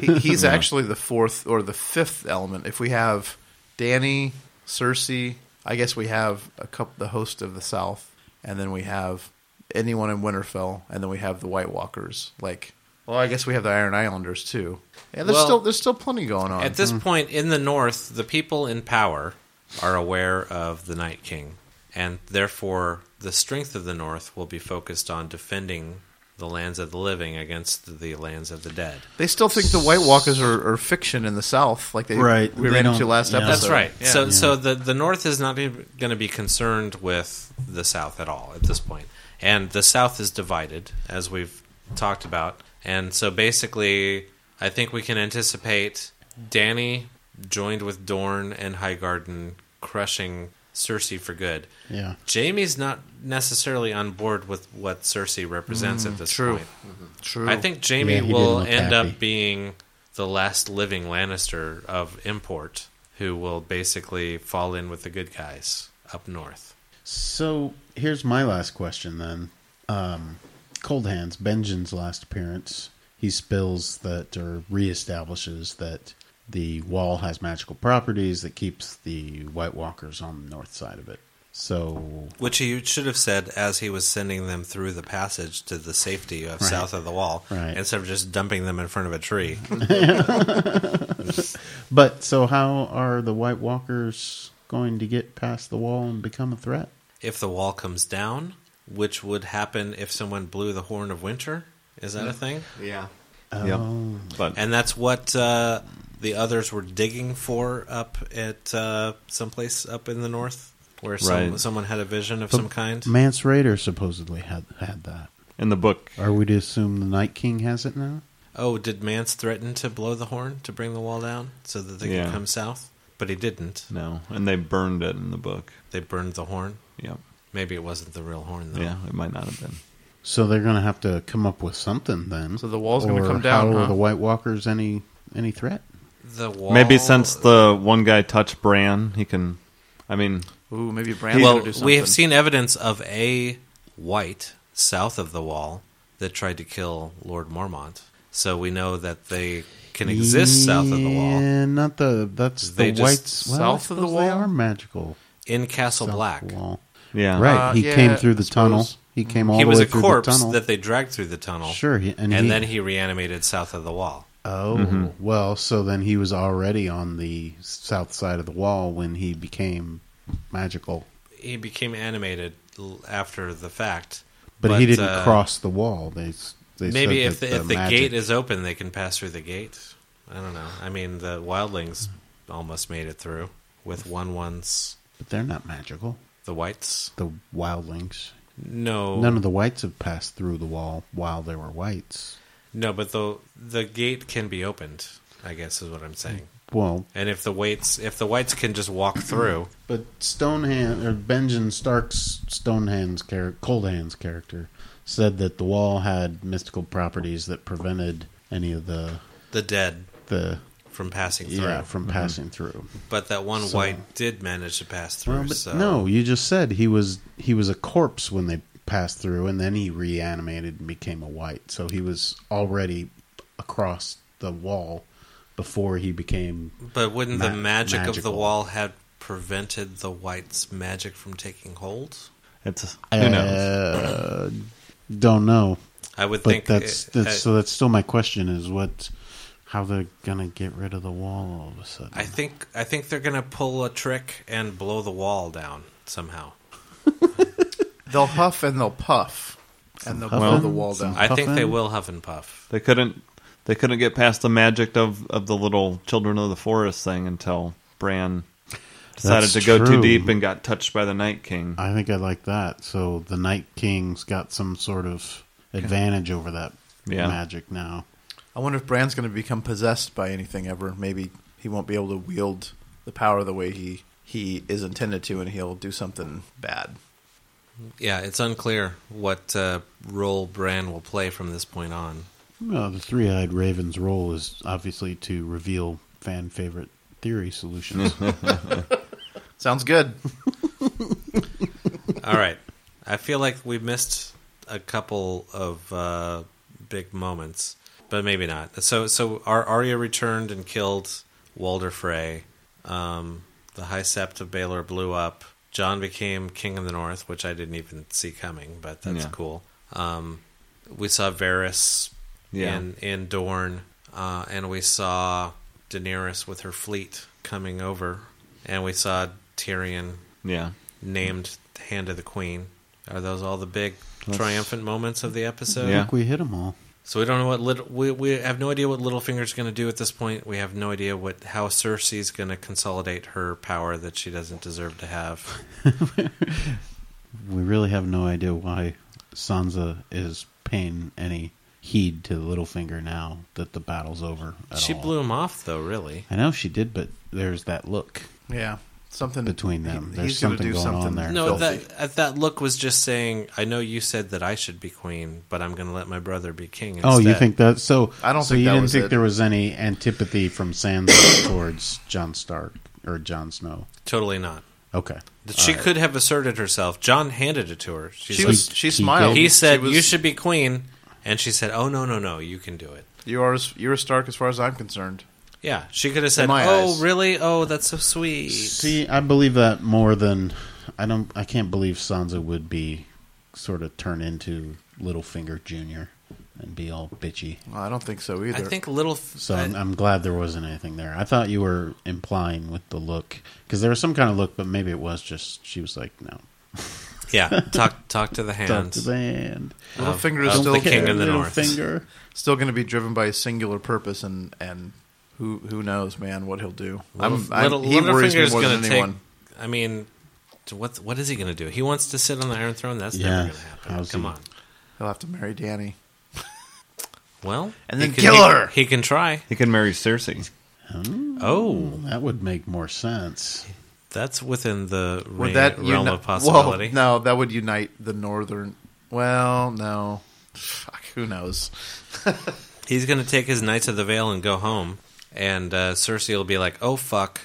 He, he's actually the fourth or the fifth element. If we have Danny, Cersei, I guess we have a couple, the host of the South, and then we have anyone in Winterfell, and then we have the White Walkers. Like, well, I guess we have the Iron Islanders too. Yeah, there's
Well-
still there's still plenty going on.
At this point in the North, the people in power are aware of the Night King, and therefore the strength of the North will be focused on defending the lands of the living against the lands of the dead.
They still think the White Walkers are, are fiction in the South, like they
Right.
we
They
ran
don't-
into last
yeah.
episode.
That's right.
Yeah.
So,
Yeah.
so the the North is not going to be concerned with the South at all at this point, and the South is divided, as we've talked about. And so, basically, I think we can anticipate Danny joined with Dorne and Highgarden crushing Cersei for good.
Yeah.
Jamie's not necessarily on board with what Cersei represents at this
true.
point.
true.
I think Jamie
Yeah, he
will
didn't look
end
happy.
up being the last living Lannister of import, who will basically fall in with the good guys up north.
So here's my last question then. Um, Cold Hands, Benjen's last appearance, he spills that or reestablishes that the wall has magical properties that keeps the White Walkers on the north side of it. So
Which he should have said as he was sending them through the passage to the safety of south of the wall,
Right.
instead of just dumping them in front of a
[LAUGHS]
tree.
But so, how are the White Walkers going to get past the wall and become a threat?
if the wall comes down, which would happen if someone blew the horn of winter, is that a thing?
Yeah.
Oh.
Yep. [LAUGHS] But
And that's what uh, the others were digging for up at uh, someplace up in the north, where some,
Right.
someone had a vision of some kind.
Mance Raider supposedly had had that.
in the book,
Are we to assume the Night King has it now?
Oh, did Mance threaten to blow the horn to bring the wall down so that they
Yeah.
could come south? But he didn't.
no, and they burned it in the book.
They burned the horn.
Yep.
Maybe it wasn't the real horn, though.
Yeah, it might not have been.
So they're going to have to come up with something then.
So the wall's gonna
Or
come down,
How
huh?
are the White Walkers any any threat?
The wall.
Maybe since the one guy touched Bran, he can. I mean,
Ooh, maybe Brand's
Well,
gonna do something.
we have seen evidence of a white south of the wall that tried to kill Lord Mormont. So we know that they can exist south of the wall
Yeah, not the that's
They
the
just
whites. Well, I
south of the
suppose They
wall?
are magical.
in Castle
south
Black.
wall.
yeah,
Right.
Uh,
he
yeah,
came through the
I suppose.
tunnel. He came all
He
the
was
way
a
through the
corpse
tunnel.
that they dragged through the tunnel.
Sure, he- and
and,
he-
then he Mm-hmm. reanimated south of the wall.
Oh, well, so then he was already on the south side of the wall when he became magical.
He became animated l- after the fact,
But, he didn't
uh,
cross the wall. They, s- they
Maybe
said
if
that
the, if the
magic-
gate is open, they can pass through the gate. I don't know. I mean, the wildlings almost made it through with one once
But they're not magical.
the whites.
The wildlings.
No,
None of the whites have passed through the wall while they were whites.
No, but the the gate can be opened. I guess is what I'm saying.
Well,
And if the whites if the whites can just walk through,
but Stonehand or Benjamin Stark's Stonehand's character, Coldhand's character, said that the wall had mystical properties that prevented any of the
the dead
the
from passing through.
yeah from passing through.
But that one
So-
white did manage to pass through.
Well, but
so
No, you just said he was he was a corpse when they passed through, and then he reanimated and became a white. So he was already across the wall before he became.
but wouldn't the
Ma-
magic of the
magical.
wall have prevented the white's magic from taking hold?
it's who knows.
Uh, don't know,
I would
but
think eh,
that's,
uh,
it-
that's
I,
so. That's still my question: is what how they're gonna get rid of the wall all of a sudden?
I think I think they're gonna pull a trick and blow the wall down somehow.
they'll huff and they'll puff, and they'll blow
huffing,
the wall
some
down.
I think they
Puffin?
will huff and puff.
They couldn't. They couldn't get past the magic of of the little children of the forest thing until Bran decided
That's
to go
true.
too deep and got touched by the Night King.
I think I like that. So the Night King's got some sort of advantage over that
Yeah.
magic now.
I wonder if Bran's going to become possessed by anything ever. Maybe he won't be able to wield the power the way he he is intended to, and he'll do something bad.
Yeah, it's unclear what uh, role Bran will play from this point on.
Well, the three eyed raven's role is obviously to reveal fan favorite theory
Mm,
solutions.
Sounds
[LAUGHS]
good.
All right, I feel like we missed a couple of uh, big moments, but maybe not. So, so Ar- Arya returned and killed Walder Frey. Um, the High Sept of Baelor blew up. John became King of the North, which I didn't even see coming, but that's
Yeah.
cool. Um, we saw Varys
Yeah.
in in Dorne, uh, and we saw Daenerys with her fleet coming over, and we saw Tyrion
yeah,
named Hand of the Queen. Are those all the big
That's-
triumphant moments of the episode?
I
Yeah.
think we hit them all.
So we don't know what little we, we have no idea what Littlefinger's going to do at this point. We have no idea what how Cersei's going to consolidate her power that she doesn't deserve to have.
We really have no idea why Sansa is paying any heed to Littlefinger now that the battle's over. At
she
all.
blew him off though, really.
I know she did, but there's that look.
Yeah, something
Between them. There's
he's gonna
something
do
going on
something
there.
No,
filthy.
that uh, that look was just saying, "I know you said that I should be queen, but I'm going to let my brother be king." Instead.
Oh, you think that? So
I don't
So
think
you
that
didn't
was
think
it.
there was any antipathy from Sansa [COUGHS] towards Jon Stark or Jon Snow?
totally not?
Okay,
She could have asserted herself. John handed it to her. She's
she
like-
was. She
He
smiled.
He said,
She was,
"You should be queen," and she said, "Oh no, no, no, you can do it."
You are. as- You're a Stark, as far as I'm concerned.
Yeah, she could have said,
my
"Oh
eyes.
really? Oh, that's so sweet."
See, I believe that more than I don't. I can't believe Sansa would be sort of turn into Littlefinger Junior and be all bitchy.
I don't think so either.
I think little.
So
I-
[LAUGHS]
I'm, I'm glad there wasn't anything there. I thought you were implying with the look because there was some kind of look, but maybe it was just she was like, no,
yeah, talk talk to the
talk
hands.
to the hand.
Littlefinger is
of
still
the king of the
Little
north.
Finger.
still going to be driven by a singular purpose, and and who who knows, man, what he'll do. I'm,
Little-
I'm,
Little-
he worries me
Littlefinger's
more
gonna
than anyone.
I mean, to what what is he going to do? He wants to sit on the Iron Throne. That's
Yeah,
never going to happen.
how's
Come
he-
on.
He'll have to marry Danny.
Well,
And
he
then
can-
kill
he-
her!
He can try.
He can marry Cersei.
Hmm,
Oh,
that would make more sense.
that's within the
Would
ra-
that
realm
uni-
of possibility.
Well, no, that would unite the northern. Well, no, Fuck, who knows?
He's going to take his Knights of the Vale and go home, and uh, Cersei will be like, "Oh fuck,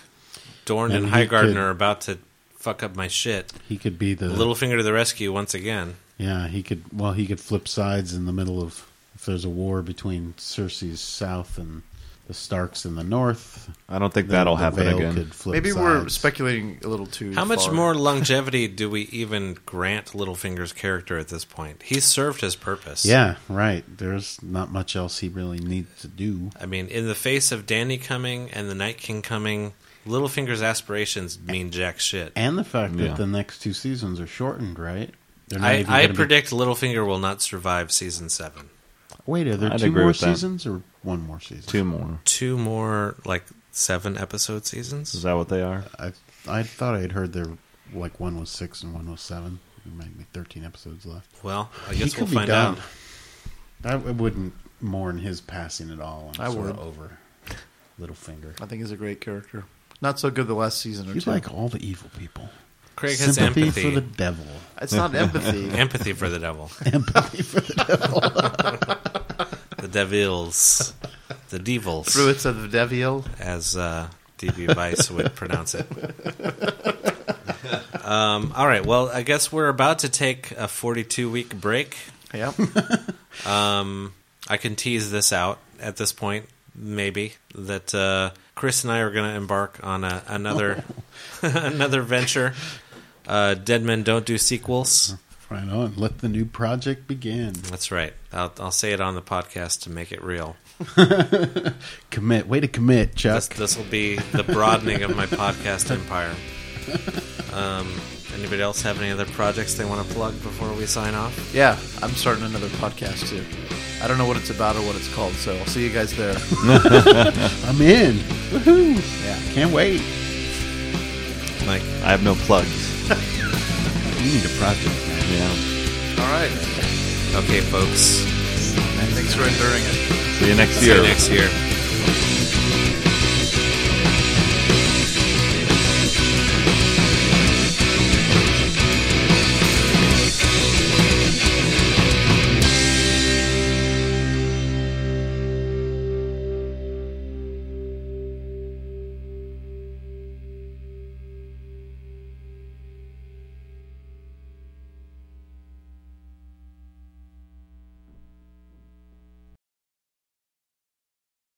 Dorne
And
and,
he
Highgarden
could-
are about to fuck up my shit."
He could be the
Littlefinger to the rescue once again.
Yeah, he could. Well, he could flip sides in the middle of if there's a war between Cersei's south and the Starks in the north.
I don't think
then
that'll
the
happen
Vale
again.
could flip
Maybe we're
sides.
speculating a little too.
How much
far.
more longevity do we even grant Littlefinger's character at this point? He's served his purpose.
Yeah, right. There's not much else he really needs to do.
I mean, in the face of Danny coming and the Night King coming, Littlefinger's aspirations mean jack shit.
And the fact
Yeah.
that the next two seasons are shortened, right? They're not
I,
even
I
gonna be-
predict Littlefinger will not survive season seven.
Wait, are there
I'd
two
agree
more
with that.
seasons or one more season?
Two more.
Two more, like, seven episode
Is
seasons?
that what they are?
I I thought I had heard there like one was six and one was seven. There might be thirteen episodes left.
Well, I
He
guess
could
we'll
be
find
done.
out.
I I wouldn't mourn his passing at all. I'm
I
sort
would.
of over Littlefinger.
I think he's a great character. Not so good the last season or
You
two.
like all the evil people.
Craig has
Sympathy
empathy.
for the devil. [LAUGHS]
it's
[LAUGHS]
not empathy.
Empathy for the devil.
Empathy for the
The devils. The devils.
Fruits of the Devil.
as uh, DB Weiss would pronounce it. Um, all right. Well, I guess we're about to take a 42 week break.
Yep.
Um, I can tease this out at this point, maybe that uh, Chris and I are going to embark on a, another [LAUGHS] another venture. Uh, Dead men don't do sequels.
Right on. Let the new project begin.
That's right. I'll, I'll say it on the podcast to make it real.
Commit. Way to commit, Chuck.
This this will be the broadening of my podcast empire. Um, anybody else have any other projects they want to plug before we sign off?
Yeah, I'm starting another podcast too. I don't know what it's about or what it's called, so I'll see you guys [LAUGHS] there.
I'm in. Woohoo. Yeah. Can't wait.
Mike,
I have no plugs.
[LAUGHS] You need a project. Man.
yeah.
All right.
okay, folks.
Thanks for enduring it.
See you next
See
year.
you next year.